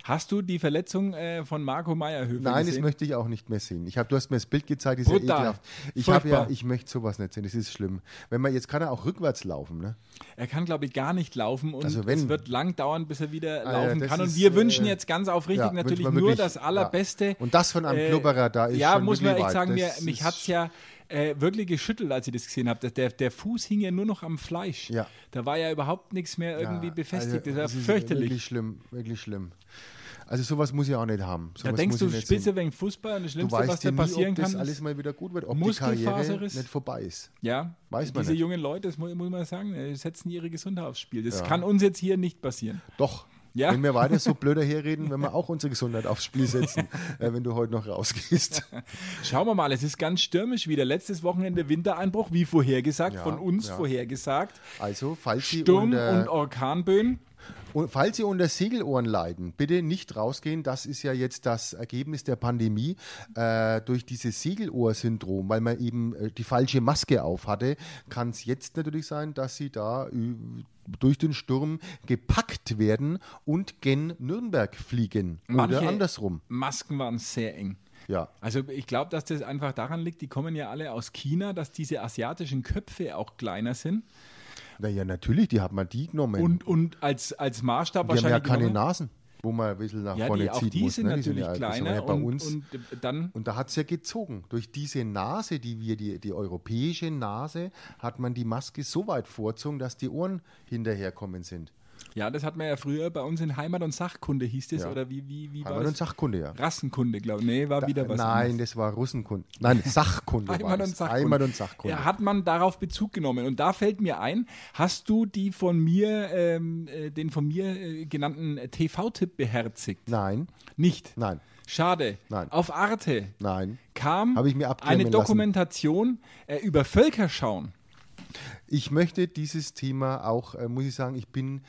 Hast du die Verletzung äh, von Marco Meyerhöfer
Nein, das
gesehen?
möchte ich auch nicht mehr sehen. Ich hab, du hast mir das Bild gezeigt, das ist
Brutal.
ja ekelhaft. Ich, hab ja,
Furchtbar.
ich möchte sowas nicht sehen, das ist schlimm. Wenn man, jetzt kann er auch rückwärts laufen. Ne?
Er kann, glaube ich, gar nicht laufen und
Also wenn-
es wird lang dauern, bis er wieder
Ah, ja,
laufen
das
kann. Und
ist,
wir
äh,
wünschen jetzt ganz aufrichtig
ja,
natürlich
wünscht man
nur
wirklich,
das Allerbeste. äh,
ja. Und das von einem Klubberer, da ist
Ja,
schon
muss man
wirklich
echt
weit.
sagen, mir,
Das
mich
ist-
hat es ja äh, wirklich geschüttelt, als ich das gesehen habe. Der, der Fuß hing ja nur noch am Fleisch.
Ja.
Da war ja überhaupt nichts mehr irgendwie
Ja,
befestigt.
also,
das war
ist Wirklich
fürchterlich.
schlimm, wirklich schlimm. Also sowas muss ich auch nicht haben.
Da
Sowas
denkst
muss
du,
ich nicht
Spitze
sehen.
wegen Fußball und das
du
Schlimmste,
weißt
was da
ja nie,
passieren
ob das
kann.
alles
ist-
mal wieder gut wird, ob die Karriere
Muskelfaserriss.
nicht vorbei ist.
ja,
Weiß man
diese
nicht.
jungen Leute, das muss, muss man sagen, äh, setzen ihre Gesundheit aufs Spiel. Das
Ja.
kann uns jetzt hier nicht passieren.
Doch.
Ja.
Wenn wir weiter so blöder herreden, wenn wir auch unsere Gesundheit aufs Spiel setzen, äh, wenn du heute noch rausgehst.
Schauen wir mal, es ist ganz stürmisch wieder. Letztes Wochenende Wintereinbruch, wie vorhergesagt,
Ja,
von uns
ja.
vorhergesagt.
Also, falls Sie,
Sturm und
unter,
Orkanböen.
und falls Sie unter Segelohren leiden, bitte nicht rausgehen. Das ist ja jetzt das Ergebnis der Pandemie äh, durch dieses Segelohr-Syndrom, weil man eben äh, die falsche Maske auf hatte. Kann es jetzt natürlich sein, dass Sie da äh, durch den Sturm gepackt werden und gen Nürnberg fliegen.
Manche
Oder andersrum.
Masken waren sehr eng.
Ja.
Also ich glaube, dass das einfach daran liegt, die kommen ja alle aus China, dass diese asiatischen Köpfe auch kleiner sind
Naja, natürlich, die hat man die genommen.
und, und als, als Maßstab
Die haben ja
wahrscheinlich
keine
genommen.
Nasen, wo man ein bisschen nach
ja,
vorne
die, auch
ziehen
die
muss.
sind
ne?
natürlich
ja- das haben wir
kleiner
ja bei
und,
uns. Und,
und dann
da hat es ja gezogen. Durch diese Nase, die wir, die, die europäische Nase, hat man die Maske so weit vorzogen, dass die Ohren hinterherkommen sind.
ja, das hat man ja früher bei uns in Heimat und Sachkunde hieß das
Ja.
oder wie wie wie war
Heimat und
das?
Sachkunde, ja.
Rassenkunde, glaube ich. Nee, war wieder was
Nein,
anderes.
das war Russenkunde. Nein, Sachkunde war
Heimat
das.
und Sachkunde.
Heimat und Sachkunde.
Ja, hat man darauf Bezug genommen. Und da fällt mir ein, hast du die von mir, ähm, äh, den von mir äh, genannten TV-Tipp beherzigt?
Nein,
Nicht.
nein,
Schade.
Nein.
Auf Arte
nein.
kam
Hab ich mir abklemmen
eine
lassen.
Dokumentation äh, über Völkerschauen.
Ich möchte dieses Thema auch, äh, muss ich sagen, ich bin,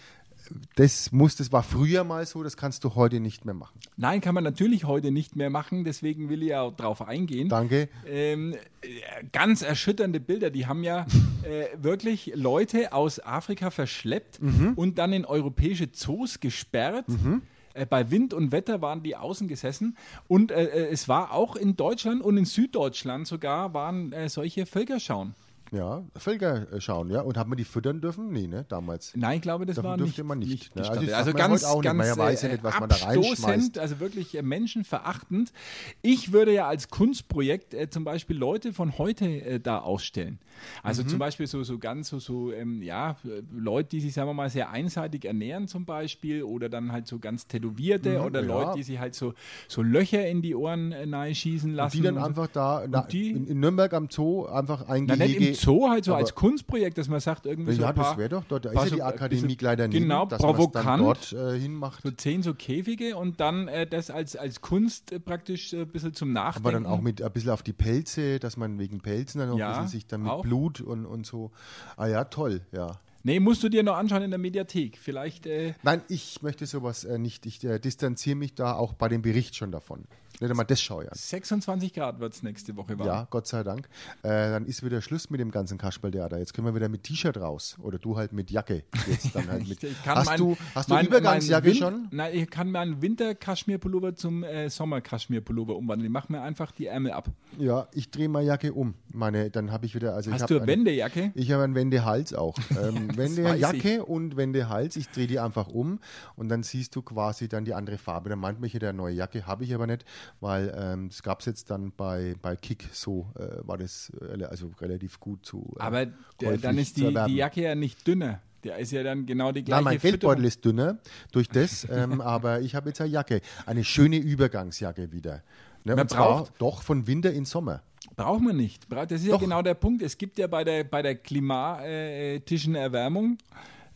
das muss, das war früher mal so, das kannst du heute nicht mehr machen.
Nein, kann man natürlich heute nicht mehr machen, deswegen will ich ja drauf eingehen.
Danke.
Ähm, äh, ganz erschütternde Bilder. Die haben ja äh, wirklich Leute aus Afrika verschleppt
Mhm.
und dann in europäische Zoos gesperrt. Äh, Bei Wind und Wetter waren die außen gesessen und äh, äh, es war auch in Deutschland und in Süddeutschland sogar waren äh, solche Völkerschauen.
Ja, Völker äh, schauen, ja. Und hat man die füttern dürfen? Nee, ne, damals.
Nein, ich glaube, das
Davon
war
dürfte
nicht,
man nicht, ne? Also
gestattet.
das
Also,
darf man ja
ganz,
heute auch nicht.
ganz
Man weiß ja
äh,
nicht, was man da
abstoßend,
reinschmeißt.
Also wirklich äh, menschenverachtend. Ich würde ja als Kunstprojekt äh, zum Beispiel Leute von heute äh, da ausstellen.
Mhm.
Also zum Beispiel so, so ganz so, so ähm, ja, äh, Leute, die sich, sagen wir mal, sehr einseitig ernähren zum Beispiel oder dann halt so ganz Tätowierte oder
Mhm, ja.
Leute, die sich halt so, so Löcher in die Ohren äh, schießen lassen.
Die dann
und so.
einfach da na,
die-
in, in Nürnberg am Zoo einfach ein
Na, nicht
Gehege
im so halt so
aber-
als Kunstprojekt, dass man sagt, irgendwie so
ja,
ein paar,
das wäre doch dort. Da
paar
ist ja die
so ein bisschen-
Akademie gleich daneben,
Genau,
dass man's dann
provokant.
dort äh, hinmacht.
so zehn so Käfige und dann äh, das als, als Kunst äh, praktisch äh, ein bisschen zum Nachdenken.
Aber dann auch mit ein bisschen auf die Pelze, dass man wegen Pelzen dann noch
Ja,
ein bisschen sich dann mit
auch.
Blut und, und so. Ah ja, toll, ja.
nee, musst du dir noch anschauen in der Mediathek. Vielleicht äh,
Nein, ich möchte sowas äh, nicht. Ich äh, distanziere mich da auch bei dem Bericht schon davon. Nicht einmal das schaue ich an.
26 Grad wird es nächste Woche warm.
Ja, Gott sei Dank. Äh, dann ist wieder Schluss mit dem ganzen Kasperltheater. Jetzt können wir wieder mit T-Shirt raus. Oder du halt mit Jacke. Jetzt dann halt mit.
Ich kann
hast,
mein-
du, hast du
mein-
Übergangsjacke
mein Win-
schon?
Nein, ich kann meinen Winter-Kaschmir-Pullover zum äh, Sommer-Kaschmir-Pullover umwandeln. Ich mache mir einfach die Ärmel ab.
Ja, ich drehe meine Jacke um. Meine, dann habe ich wieder. Also ich
Hast
hab
du eine
eine-
Wendejacke?
Ich habe einen Wendehals auch. Ähm,
weiß
Wendejacke und Wendehals. Ich drehe die einfach um und dann siehst du quasi dann die andere Farbe. Dann meint mich ja der neue Jacke, habe ich aber nicht, weil ähm, das gab es jetzt dann bei, bei Kick so, äh, war das äh, also relativ gut zu. Äh,
Aber der,
käuflich
dann ist
zu
die,
erwerben.
die Jacke ja nicht dünner. Der ist ja dann genau die gleiche
Nein, mein
Fütterung.
Geldbeutel ist dünner durch das, ähm, aber ich habe jetzt eine Jacke. Eine schöne Übergangsjacke wieder. Ne,
Man
und zwar
braucht-
doch von Winter in Sommer.
Braucht man nicht. Bra- Das ist ja
Doch.
genau der Punkt. Es gibt ja bei der, bei der klimatischen Erwärmung,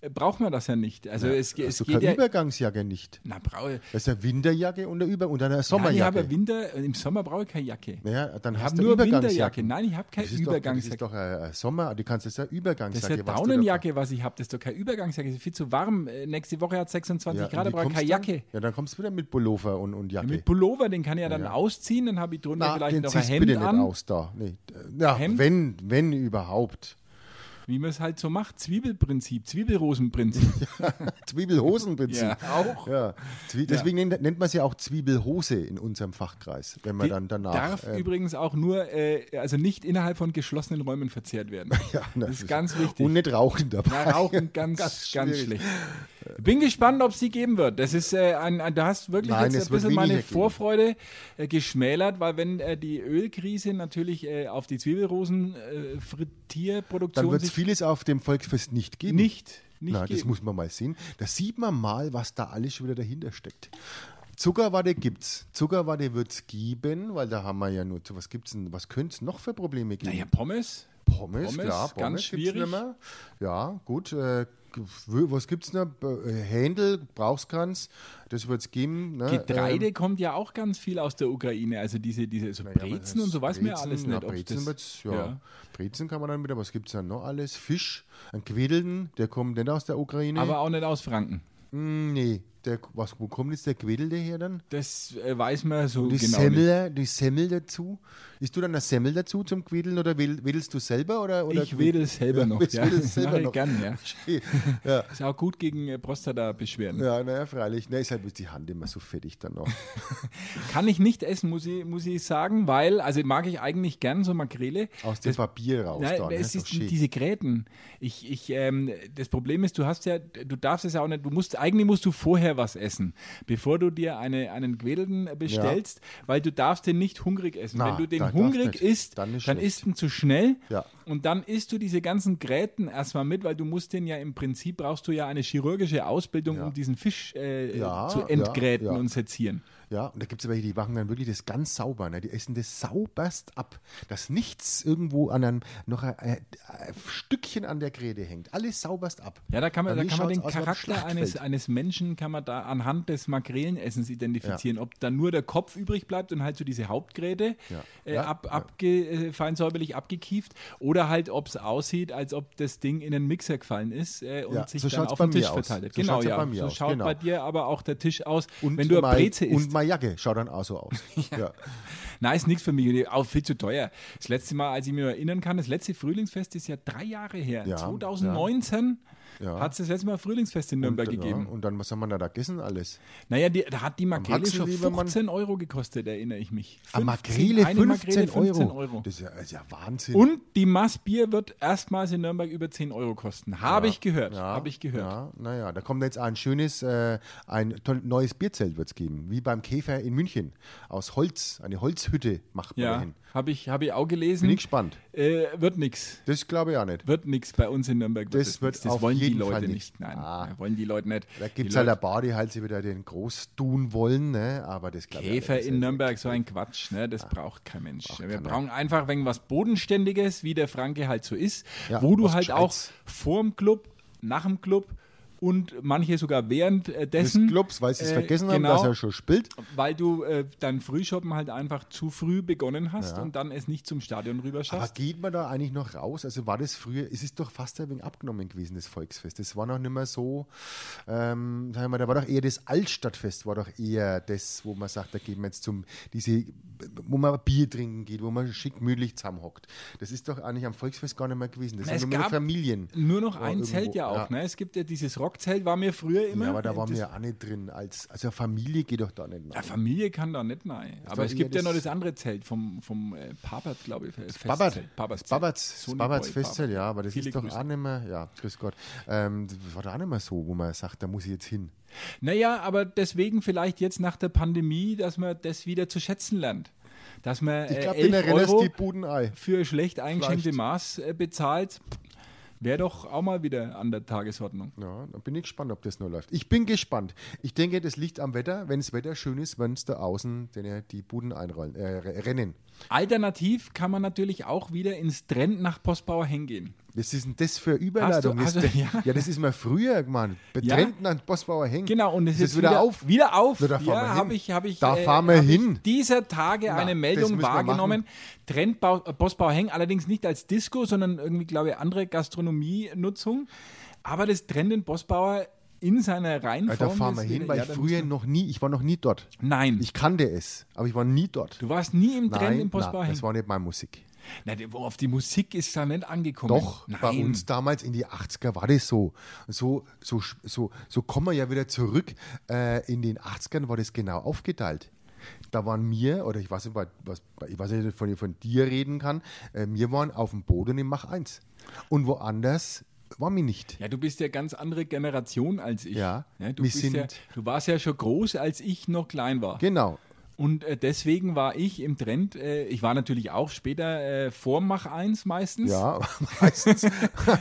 äh, braucht man das ja nicht. Also es, ge- es
Also
geht
keine
ja...
Übergangsjacke nicht.
Na, brauche
Das ist eine Winterjacke und eine, Über und eine
ich
Sommerjacke.
habe Winter, äh, im Sommer brauche ich keine Jacke.
Naja, dann
ich
hast
habe
du
nur
Übergangsjacke.
Winterjacke. Nein, ich habe keine
Das ist doch-
Übergangsjacke.
Das ist doch ein ein Sommer, du kannst das ja
Das ist
Übergangsjacke.
ja
was du
Daunenjacke, was ich habe. Das ist doch keine Übergangsjacke. Es ist viel zu warm. Äh, Nächste Woche hat
da-
26
Ja, und
Grad,
wie
aber
kommst
keine
du
Jacke.
Dann? Ja, dann kommst du wieder mit Pullover und, und Jacke.
Mit Pullover, den kann ich ja dann
Ja.
ausziehen. Dann habe ich drunter
Na,
vielleicht
den
noch ein
ziehst
Hemd
bitte
an,
nicht aus da. Nee. Ja,
Hemd?
wenn, wenn überhaupt.
wie man es halt so macht. Zwiebelprinzip, Zwiebelrosenprinzip.
Zwiebelhosenprinzip.
Ja, auch.
Ja. Zwie Deswegen nennt, nennt man es ja auch Zwiebelhose in unserem Fachkreis, wenn man
Die
dann danach.
Darf
ähm,
übrigens auch nur, äh, also nicht innerhalb von geschlossenen Räumen verzehrt werden.
ja, na,
das ist ganz wichtig.
Und nicht rauchen dabei.
Na, Rauchen ganz, ganz,
schwierig.
schlecht. Ich bin gespannt, ob es die geben wird. Das ist äh, ein, ein, du hast wirklich
Nein,
jetzt
es
ein
wird
bisschen meine
weniger geben.
Vorfreude äh, geschmälert, weil wenn äh, die Ölkrise natürlich äh, auf die Zwiebelrosen äh,
Dann
Frittierproduktion
wird es
sich
vieles auf dem Volksfest nicht geben.
nicht, nicht
Na, das
geben.
muss man mal sehen. Da sieht man mal, was da alles schon wieder dahinter steckt. Zuckerwatte gibt's. Zuckerwatte wird's geben, weil da haben wir ja nur. zu- Was gibt's denn? Was könnte es noch für Probleme geben?
naja, Pommes.
Pommes,
Pommes,
klar,
ganz
Pommes gibt's
schwierig.
nicht mehr. Ja, gut. Äh, w- was gibt's noch? Äh, Händel, brauchst kann's. Das wird's geben. Ne?
Getreide
Ähm,
kommt ja auch ganz viel aus der Ukraine. Also diese, diese so
ja, aber
Brezen
das
und so weiß man ja
Ähm, Brezen,
alles
na,
nicht. ob's
Brezen,
das,
wird's, ja. Brezen kann man dann wieder. Was gibt's dann noch alles? Fisch, ein Quedeln, der kommt nicht aus der Ukraine.
Aber auch nicht aus Franken.
Mm, Nee, der, was, wo kommt jetzt der Quedel her dann?
Das äh, weiß man so
Die,
genau nicht.
Semmel, die Semmel dazu? Ist du dann eine Semmel dazu zum Quedeln oder wedel- wedelst du selber? Oder, oder
Ich wedel selber noch.
Ich
Ja.
wedel selber
Mach ich
noch.
gern, ja.
ja.
Ist auch gut gegen äh, Prostata-Beschwerden.
Ja, naja, freilich. Na, ist halt die Hand immer so fettig dann noch.
Kann ich nicht essen, muss ich, muss ich sagen, weil, also mag ich eigentlich gern so Makrele.
Aus dem Papier raus
Nein,
dann.
es
ne?
ist
Doch schön.
diese Gräten. Ich, ich, ähm, das Problem ist, du hast ja, du darfst es ja auch nicht, du musst, eigentlich musst du vorher was essen, bevor du dir eine, einen Quädelten bestellst, weil du darfst den nicht hungrig essen.
Na,
Wenn du
da
den
darfst
hungrig
nicht.
isst,
Dann
dann,
ist schlecht.
isst ihn zu schnell
Ja.
und dann isst du diese ganzen Gräten erstmal mit, weil du musst den ja im Prinzip, brauchst du ja eine chirurgische Ausbildung,
Ja.
um diesen Fisch äh,
Ja,
zu
ja,
entgräten
ja.
und sezieren.
Ja, und da gibt es welche, die machen dann wirklich das ganz sauber. Ne? Die essen das sauberst ab, dass nichts irgendwo an einem, noch ein, ein, ein Stückchen an der Gräte hängt. Alles sauberst ab.
Ja, da kann man,
Bei
da
mir
kann man
schaut's
den
aus wie auf dem
Charakter
Schlachtfeld.
eines, eines Menschen kann man da anhand des Makrelenessens identifizieren, ob dann nur der Kopf übrig bleibt und halt so diese Hauptgräte
Ja.
äh,
Ja,
ab,
ja.
abge, äh, fein säuberlich abgekieft oder halt, ob es aussieht, als ob das Ding in den Mixer gefallen ist äh, und
Ja,
sich
so
dann
schaut's
auf
bei
den
mir
Tisch
aus.
verteilt.
So
genau,
schaut's ja
ja.
bei mir
so
aus,
schaut
genau.
bei dir aber auch der Tisch aus,
Und
wenn du eine
mein-
Breze isst.
Und meine Jacke schaut dann auch so aus. ja.
Nein, ist nichts für mich. Und Auch viel zu teuer. Das letzte Mal, als ich mich erinnern kann, das letzte Frühlingsfest ist ja drei Jahre her.
Ja,
2019
Ja.
hat es das letzte Mal Frühlingsfest in Nürnberg gegeben.
Ja, und dann, was haben wir da gegessen alles?
Naja, die, da hat die Makrele schon
Haxenliebermann.
15 Euro gekostet, erinnere ich mich.
Ah,
15,
Makrele 15,
eine Makrele,
Euro.
Euro.
Das ist ja, ist ja Wahnsinn.
Und die Massbier wird erstmals in Nürnberg über 10 Euro kosten. Habe ich gehört.
Ja,
Habe ich gehört.
Ja, naja, da kommt jetzt ein schönes, äh, ein toll, neues Bierzelt wird es geben, wie beim Käfer in München. Aus Holz, eine Holzhütte macht man
Ja,
dahin.
Habe ich, hab ich auch gelesen.
Bin ich gespannt.
Äh, wird nix.
Das glaube ich auch nicht.
Wird nix bei uns in Nürnberg.
Das wird
nix.
auf
wollen
jeden
die Leute
Fall nicht.
nicht. Nein,
Ah.
wollen die Leute nicht.
Da gibt es
die
halt ein
Leute,
paar, die halt sie wieder den groß tun wollen, ne? aber das glaube ich auch
Käfer
nicht.
in Nürnberg, so ein Quatsch, ne?
Ah,
das braucht kein Mensch. ne? Wir
keiner.
brauchen einfach wegen was Bodenständiges, wie der Franke halt so ist,
Ja,
wo du
was
halt auch
Gescheites.
vorm Club, nach dem Club und manche sogar während äh,
Des
dessen.
Clubs, weil sie es
äh,
vergessen
genau,
haben, dass er schon spielt.
Weil du äh, dein Frühshoppen halt einfach zu früh begonnen hast und dann es nicht zum Stadion rüber
Aber
schaffst.
geht man da eigentlich noch raus? Also war das früher, ist es doch fast ein wenig abgenommen gewesen, das Volksfest. Das war noch nicht mehr so, ähm, sagen wir mal, da war doch eher das Altstadtfest, war doch eher das, wo man sagt, da geht man jetzt zum, diese, wo man Bier trinken geht, wo man schick müdlich zusammenhockt. Das ist doch eigentlich am Volksfest gar nicht mehr gewesen. Das
Na,
sind
es
nur mehr
gab
Familien.
Nur noch
Ja,
ein
irgendwo,
Zelt ja auch.
ja.
Ne? Es gibt ja dieses Rockzelt, war mir früher immer.
Ja, aber da waren wir
das,
ja auch nicht drin. Als, also Familie geht doch da nicht
ja,
mehr.
Familie kann da nicht nein. Aber
war
es
eher
gibt ja noch
das-
das andere Zelt vom, vom äh, Papert, glaube ich.
Babbert,
Papert.
Babbert, Babberts Festzelt, ja, aber das
Viele
ist doch
Grüße.
auch nicht mehr, ja, grüß Gott, ähm, das war doch auch nicht mehr so, wo man sagt, da muss ich jetzt hin.
Naja, aber deswegen vielleicht jetzt nach der Pandemie, dass man das wieder zu schätzen lernt. Dass man
Ich
äh,
glaube,
11
den erinnerst
Euro
die Budenei.
für schlecht eingeschenkte
Vielleicht.
Maß äh, bezahlt, wäre doch auch mal wieder an der Tagesordnung.
Ja, da bin ich gespannt, ob das nur läuft. Ich bin gespannt. Ich denke, das liegt am Wetter. Wenn das Wetter schön ist, werden es da außen denn ja die Buden einrollen, äh, re- rennen.
Alternativ kann man natürlich auch wieder ins Trend nach Postbauer Heng gehen.
Was ist denn das für Überleitung?
Hast du-
das,
hast du- ja.
ja. das ist mal früher, Mann.
Ja.
Betrennten an Postbauer hängen.
Genau, und es
ist jetzt wieder, auf.
Wieder auf.
So, da fahren wir
ja, habe
hin.
ich, habe ich. äh,
Da fahren wir
hab ich
hin.
Dieser Tage
Na,
eine
das
Meldung
müssen wir
wahrgenommen. Trendbau, äh, Postbau Heng, allerdings nicht als Disco, sondern irgendwie, glaube ich, andere Gastronomienutzung. Aber das Trend in Postbauer in seiner Reihenform.
Äh, Da fahren wir
ist
hin,
wieder-
weil
ja,
ich
da
früher
müssen
noch nie, ich war noch nie dort.
wir- Nein,
Ich kannte es, aber ich war nie dort.
du warst nie im Trend in
Nein,
Postbauer
nein,
Heng.
das war nicht meine Musik.
Na, die- wo auf die Musik ist da nicht angekommen.
Doch,
Nein.
bei uns damals in die 80er war das so. So, so, sch- so, so kommen wir ja wieder zurück. Äh, in den 80ern war das genau aufgeteilt. Da waren mir, oder ich weiß nicht, bei- was, bei- ich weiß nicht, von, von dir reden kann, äh, mir waren auf dem Boden im Mach 1. Und woanders war mir nicht.
Ja, du bist ja ganz andere Generation als ich.
Ja,
du,
wir
bist
sind-
ja du warst ja schon groß, als ich noch klein war.
Genau.
Und äh, deswegen war ich im Trend, äh, ich war natürlich auch später äh, vor Mach 1 meistens.
Ja, meistens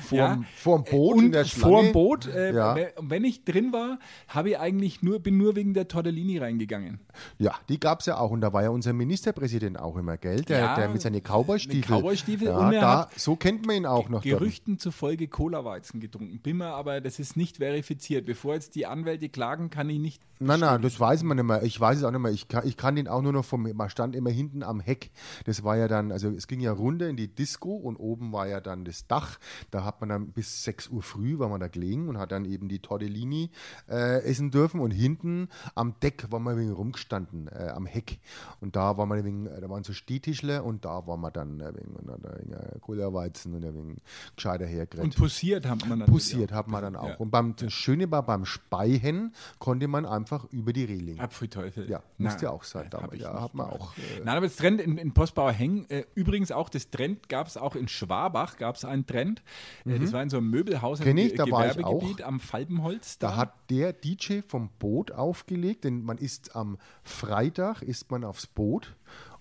vor,
Ja. Äh,
dem, vor dem Boot in
Und
der Schlange.
vor dem Boot, äh,
Ja.
we- wenn ich drin war, habe ich eigentlich nur, bin nur wegen der Tortellini reingegangen.
Ja, die gab es ja auch. Und da war ja unser Ministerpräsident auch immer, gell? Der,
Ja,
der mit seinen Cowboystiefeln.
mit Cowboystiefeln.
ja,
Und er
da,
hat
so kennt man ihn auch noch. dort.
Gerüchten zufolge Cola-Weizen getrunken. Bin mir aber, das ist nicht verifiziert. Bevor jetzt die Anwälte klagen, kann ich nicht.
Nein, nein, das weiß man nicht mehr. Ich weiß es auch nicht mehr. Ich kann, ich kann den auch nur noch vom, man stand immer hinten am Heck. Das war ja dann, also es ging ja runter in die Disco und oben war ja dann das Dach. Da hat man dann bis 6 Uhr früh war man da gelegen und hat dann eben die Tortellini äh, essen dürfen und hinten am Deck war man wegen rumgestanden, äh, am Heck. Und da war man wegen, da waren so Stehtischler und da war man dann wegen, wegen Kullerweizen und wegen gescheiter hergerät.
Und posiert hat man natürlich.
Pussiert
auch.
hat man dann auch.
Ja.
Und beim das Schöne war, beim Speihen konnte man einfach über die Reling.
Apfelteufel.
Ja, musste ja auch sein. Damals. ja, hat man auch. Äh,
Nein, aber das Trend in, in Postbauer Heng, äh, übrigens auch das Trend gab es auch in Schwabach, gab es einen Trend. Äh, das war in so einem Möbelhaus im
Mhm. Kenn ich,
Ge-
da war ich
Gewerbegebiet am Falbenholz.
da hat der DJ vom Boot aufgelegt, denn man ist am Freitag ist man aufs Boot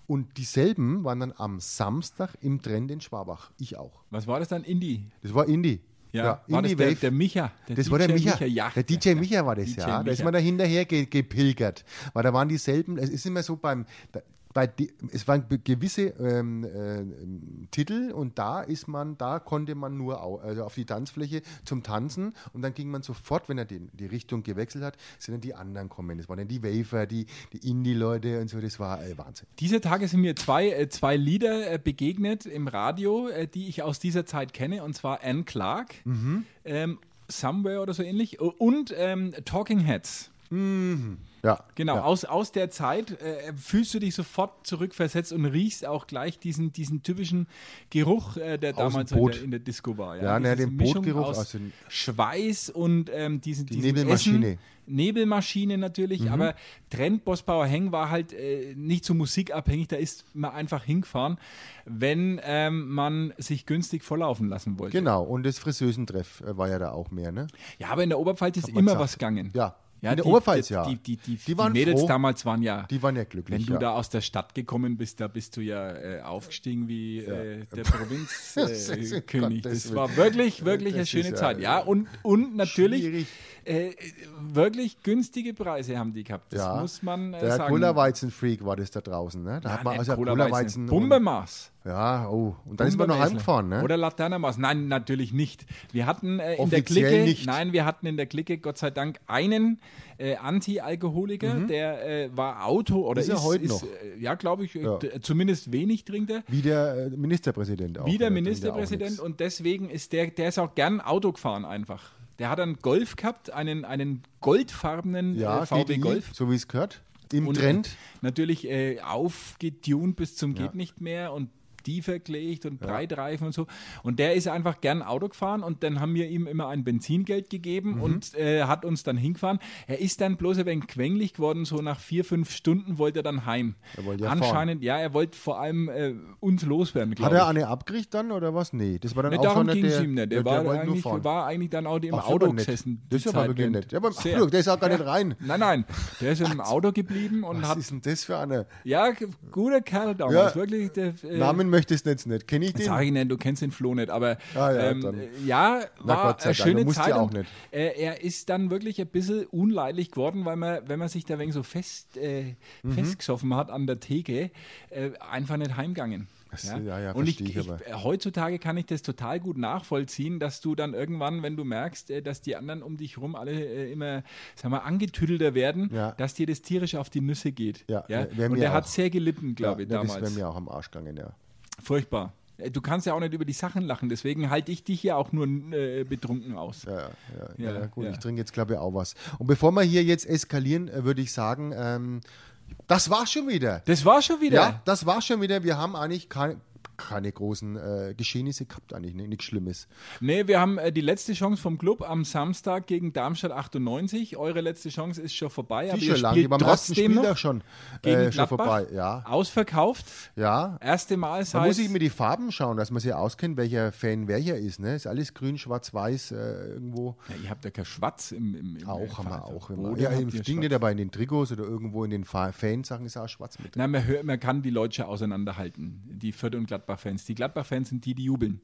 und dieselben waren dann am Samstag im Trend in Schwabach. Ich auch.
Was war das dann? Indie?
Das war Indie.
war das
Indie
der,
Wave.
der Micha? Der
das war der Micha.
ja.
der DJ Micha war das,
DJ
ja. Da ist
Micha.
man da hinterher ge gepilgert. Weil da waren dieselben, es ist immer so beim, da- bei di- es waren be- gewisse ähm, äh, ähm, Titel und da ist man, da konnte man nur au, also auf die Tanzfläche zum Tanzen und dann ging man sofort, wenn er den, die Richtung gewechselt hat, sind dann die anderen kommen. Das waren dann die Wafer, die, die Indie-Leute und so, das war äh, Wahnsinn.
Diese Tage sind mir zwei, äh, zwei Lieder äh, begegnet im Radio, äh, die ich aus dieser Zeit kenne, und zwar Anne Clark,
Mhm.
ähm, Somewhere oder so ähnlich, und ähm, Talking Heads.
Ja.
Genau,
ja.
aus, aus der Zeit äh, fühlst du dich sofort zurückversetzt und riechst auch gleich diesen, diesen typischen Geruch, äh, der
dem
damals so in der,
Boot.
in der Disco war.
Ja, ne,
Diese
den
Mischung
Bootgeruch
aus,
aus den-
Schweiß und ähm, diesen, diesen
Nebelmaschine. Mhm.
Essen. Nebelmaschine natürlich, aber Trend Bossbauer Heng war halt äh, nicht so musikabhängig, da ist man einfach hingefahren, wenn ähm, man sich günstig volllaufen lassen wollte.
Genau, und das Frisösentreff äh, war ja da auch mehr, ne?
Ja, aber in der Oberpfalz ist
man
immer
gesagt.
was gegangen.
Ja,
Ja,
In der
die-
Oberpfalz,
die,
ja.
Die, die, die, die,
Die waren
Mädels
froh.
damals waren ja.
Die waren ja glücklich,
Wenn du
ja.
da aus der Stadt gekommen bist, da bist du ja äh, aufgestiegen wie äh, der Provinzkönig. Äh, König. das
Gottes
war
Willen.
wirklich, wirklich eine
Das
schöne
ist ja-
Zeit. Ja, und, und natürlich
Schwierig.
äh, wirklich günstige Preise haben die gehabt. Das
ja.
muss man äh,
Der
sagen. Ah,
Cola-Weizen-Freak war das da draußen, ne? Da
Ja,
hat man
nicht
also
Cola-Weizen.
Cola-Weizen. und-
Bumbermaß.
Ja, oh. Und dann ist man noch
Bumbermäßle.
heimgefahren, ne?
Oder Laternermaß. Nein, natürlich nicht. Wir hatten äh, in der
Offiziell
Clique,
nicht.
nein, wir hatten in der Clique Gott sei Dank einen äh, Anti-Alkoholiker, der äh, war Auto oder
Mhm.
ist,
Ist er heute
ist,
noch?
äh, ja, glaube ich, äh,
Ja.
d- zumindest wenig trinkt er.
Wie der äh, Ministerpräsident auch.
Wie der
Der trinkt ja auch
Ministerpräsident
nix.
und äh, deswegen ist der, der ist auch gern Auto gefahren einfach. Der hat einen Golf gehabt, einen, einen goldfarbenen
ja,
äh, VW
GDI,
Golf.
So wie es gehört. Im
Und
Trend.
Natürlich äh, aufgetunt bis zum geht nicht mehr und die verklebt und Breitreifen und so. Und der ist einfach gern Auto gefahren und dann haben wir ihm immer ein Benzingeld
Mhm.
gegeben und äh, hat uns dann hingefahren. Er ist dann bloß ein wenig quengelig geworden, so nach vier, fünf Stunden wollte er dann heim.
Er wollte ja
Anscheinend, ja, er wollte vor allem äh, uns loswerden,
Hat
glaube ich.
er eine abgekriegt dann oder was? Nee, das war dann
Ne,
auch
darum
schon
ging es
der,
ihm nicht.
der,
Er
der
war,
wollte nur
eigentlich,
fahren.
war eigentlich dann auch im
Ach,
Auto
super nett.
gesessen. die
Das ist aber
Zeit
wirklich
lang.
nett. Ja, aber, ach,
Sehr.
look, der ist auch gar nicht rein.
Nein, nein. Der ist im Auto geblieben und
Was
hat
ist denn das für eine?
Ja, g- guter Kerl damals,
Ja.
wirklich. Der, äh,
Namen möchtest du jetzt nicht. Kenne ich
das
den?
Sag ich nicht, du kennst den Flo nicht, aber
Ah, ja,
ähm,
dann.
äh, ja
Na,
war
Gott sei
eine
Dank,
schöne
du musst
Zeit.
ja auch
und,
nicht.
Äh, er ist dann wirklich ein bisschen unleidlich geworden, weil man, wenn man sich da wegen so fest, äh,
Mhm.
festgesoffen hat an der Theke, äh, einfach nicht heimgegangen.
Das- ja, ja,
und ich,
verstehe ich
ich,
aber.
äh, heutzutage kann ich das total gut nachvollziehen, dass du dann irgendwann, wenn du merkst, äh, dass die anderen um dich rum alle äh, immer, sag mal, angetüdelter werden,
Ja.
dass dir das tierisch auf die Nüsse geht.
Ja, wär- wär
Und
mir
der hat
auch.
sehr gelitten, glaube ich,
ja,
damals.
Das wäre mir auch am Arsch gegangen, ja.
Furchtbar. Äh, Du kannst ja auch nicht über die Sachen lachen, deswegen halte ich dich ja auch nur äh, betrunken aus.
Ja, ja, ja,
Ja,
ja, gut,
ja.
ich trinke jetzt, glaube ich, auch was. Und bevor wir hier jetzt eskalieren, äh, würde ich sagen, ähm, das war's schon wieder.
Das war schon wieder.
Ja, das war's schon wieder. Wir haben eigentlich kein, keine großen äh, Geschehnisse gehabt, eigentlich, ne? nichts Schlimmes.
Nee, wir haben äh, die letzte Chance vom Club am Samstag gegen Darmstadt 98. Eure letzte Chance ist schon vorbei, aber
Die
ihr
schon lange, die
spielt
beim ersten
trotzdem
Spiel
noch
doch schon,
gegen
äh, schon
Gladbach.
vorbei. Ja,
Ausverkauft.
ja.
Erste Mal seit
Da muss ich mir die Farben schauen, dass man sich auskennt, welcher Fan welcher ist. Ne? Ist alles grün, schwarz, weiß, äh, irgendwo.
ja, ihr habt ja keinen Schwatz im, im, äh, im
Auch haben wir auch. Immer.
Oder
Ja,
habt
im
ihr
Ding
Schwatz?
nicht dabei, in den Trikots oder irgendwo in den Fa- Fansachen ist auch schwarz mit.
Nein, man, hört, man kann die Leute schon auseinanderhalten, die Fürth- und Gladbach-Fans. Die Gladbach-Fans sind die, die jubeln.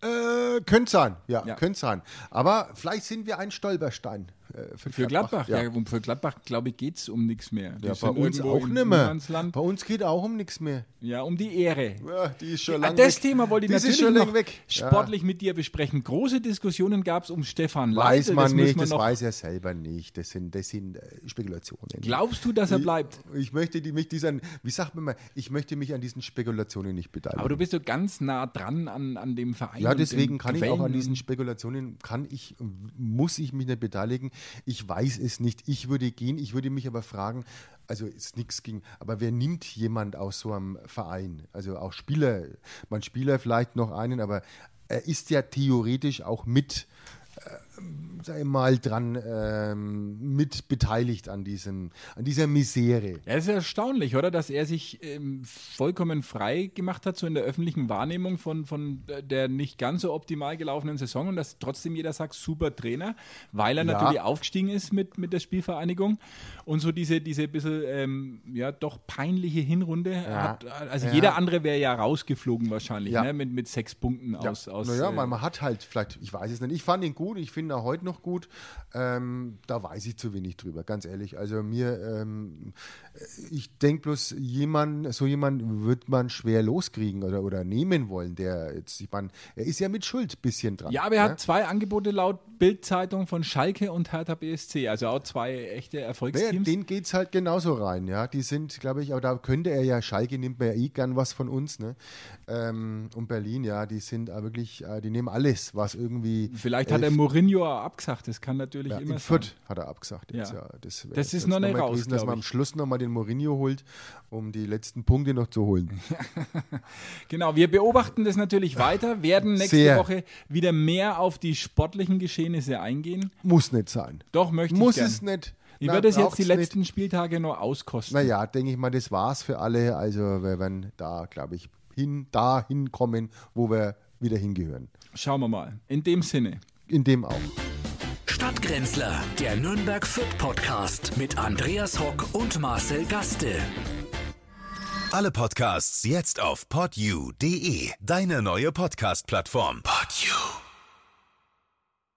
Äh, könnte sein, ja,
Ja.
könnte sein. Aber vielleicht sind wir ein Stolperstein äh,
Für Gladbach,
Ja,
ja. und für Gladbach, glaube ich, geht es um nichts mehr. Die
ja bei
sind
uns
irgendwo
auch
im
nicht mehr.
Niemandsland.
Bei uns geht auch um nichts mehr.
Ja, um die Ehre.
Ja, die ist schon
Ah,
lang
das
weg.
Thema wollte ich
Die ist
natürlich
schon lang
noch
weg.
sportlich mit dir besprechen. Große Diskussionen gab es um Stefan
Ja. Weiß
Leitl.
man
das müssen
nicht,
wir
das
noch.
weiß er selber nicht. Das sind, das sind äh, Spekulationen.
Glaubst du, dass er
Ich-
bleibt?
Ich möchte die, mich diesen, wie sagt man mal, ich möchte mich an diesen Spekulationen nicht beteiligen.
Aber du bist so ganz nah dran an, an dem Verein.
Ja,
und den
deswegen kann ich auch
Quellen
an diesen
und-
Spekulationen, kann ich, muss ich mich nicht beteiligen. Ich weiß es nicht. Ich würde gehen, ich würde mich aber fragen, also ist nichts ging, aber wer nimmt jemand aus so einem Verein? Also auch Spieler, man Spieler vielleicht noch einen, aber er ist ja theoretisch auch mit, äh, sag ich mal, dran, ähm, mit beteiligt an diesem, an dieser Misere.
Ja, es ist erstaunlich, oder? Dass er sich ähm, vollkommen frei gemacht hat, so in der öffentlichen Wahrnehmung von, von der nicht ganz so optimal gelaufenen Saison und dass trotzdem jeder sagt, super Trainer, weil er
Ja.
natürlich aufgestiegen ist mit, mit der Spielvereinigung und so diese, diese bisschen, ähm, ja, doch peinliche Hinrunde hat. Also
Ja.
jeder andere wäre ja rausgeflogen wahrscheinlich,
Ja.
ne? mit, mit sechs Punkten aus. aus
naja, weil
äh,
man hat halt vielleicht, ich weiß es nicht, ich fand ihn gut, ich finde ihn auch heute noch gut. Ähm, da weiß ich zu wenig drüber, ganz ehrlich. Also mir, ähm, ich denke bloß, jemand, so jemand wird man schwer loskriegen oder, oder nehmen wollen, der jetzt, ich meine, er ist ja mit Schuld ein bisschen dran.
ja, aber er
ne?
hat zwei Angebote laut Bild-Zeitung von Schalke und Hertha BSC, also auch zwei echte
Naja,
Erfolgsteams.
den geht es halt genauso rein, ja. Die sind, glaube ich, aber da könnte er ja, Schalke nimmt mir ja eh gern was von uns, ne? Ähm, und Berlin, ja, die sind äh, wirklich, äh, die nehmen alles, was irgendwie. äh,
Vielleicht hat er
elf-
Mourinho auch abgesagt, das kann natürlich
Ja,
immer
in
sein.
Fürth hat er abgesagt. Jetzt,
Ja.
ja. Das, wär
Das
jetzt
ist noch
noch
nicht
mal
raus,
gewesen, dass
glaub
man am
ich.
Schluss nochmal den Mourinho holt, um die letzten Punkte noch zu holen.
Genau, wir beobachten das natürlich weiter, werden nächste
Sehr.
Woche wieder mehr auf die sportlichen Geschehnisse eingehen.
Muss nicht sein.
Doch, möchte
Muss
ich gern.
es nicht.
Ich
Nein,
werde es jetzt
braucht's
die
nicht.
letzten Spieltage nur auskosten.
Naja, denke ich mal, das war's für alle. Also wir werden da, glaube ich, hin, da hinkommen, wo wir wieder hingehören.
Schauen wir mal. In dem Sinne.
In dem auch.
Stadtgrenzler, der Nürnberg Fürth Podcast mit Andreas Hock und Marcel Gaste.
Alle Podcasts jetzt auf podyou.de, deine neue Podcast-Plattform. Podyou.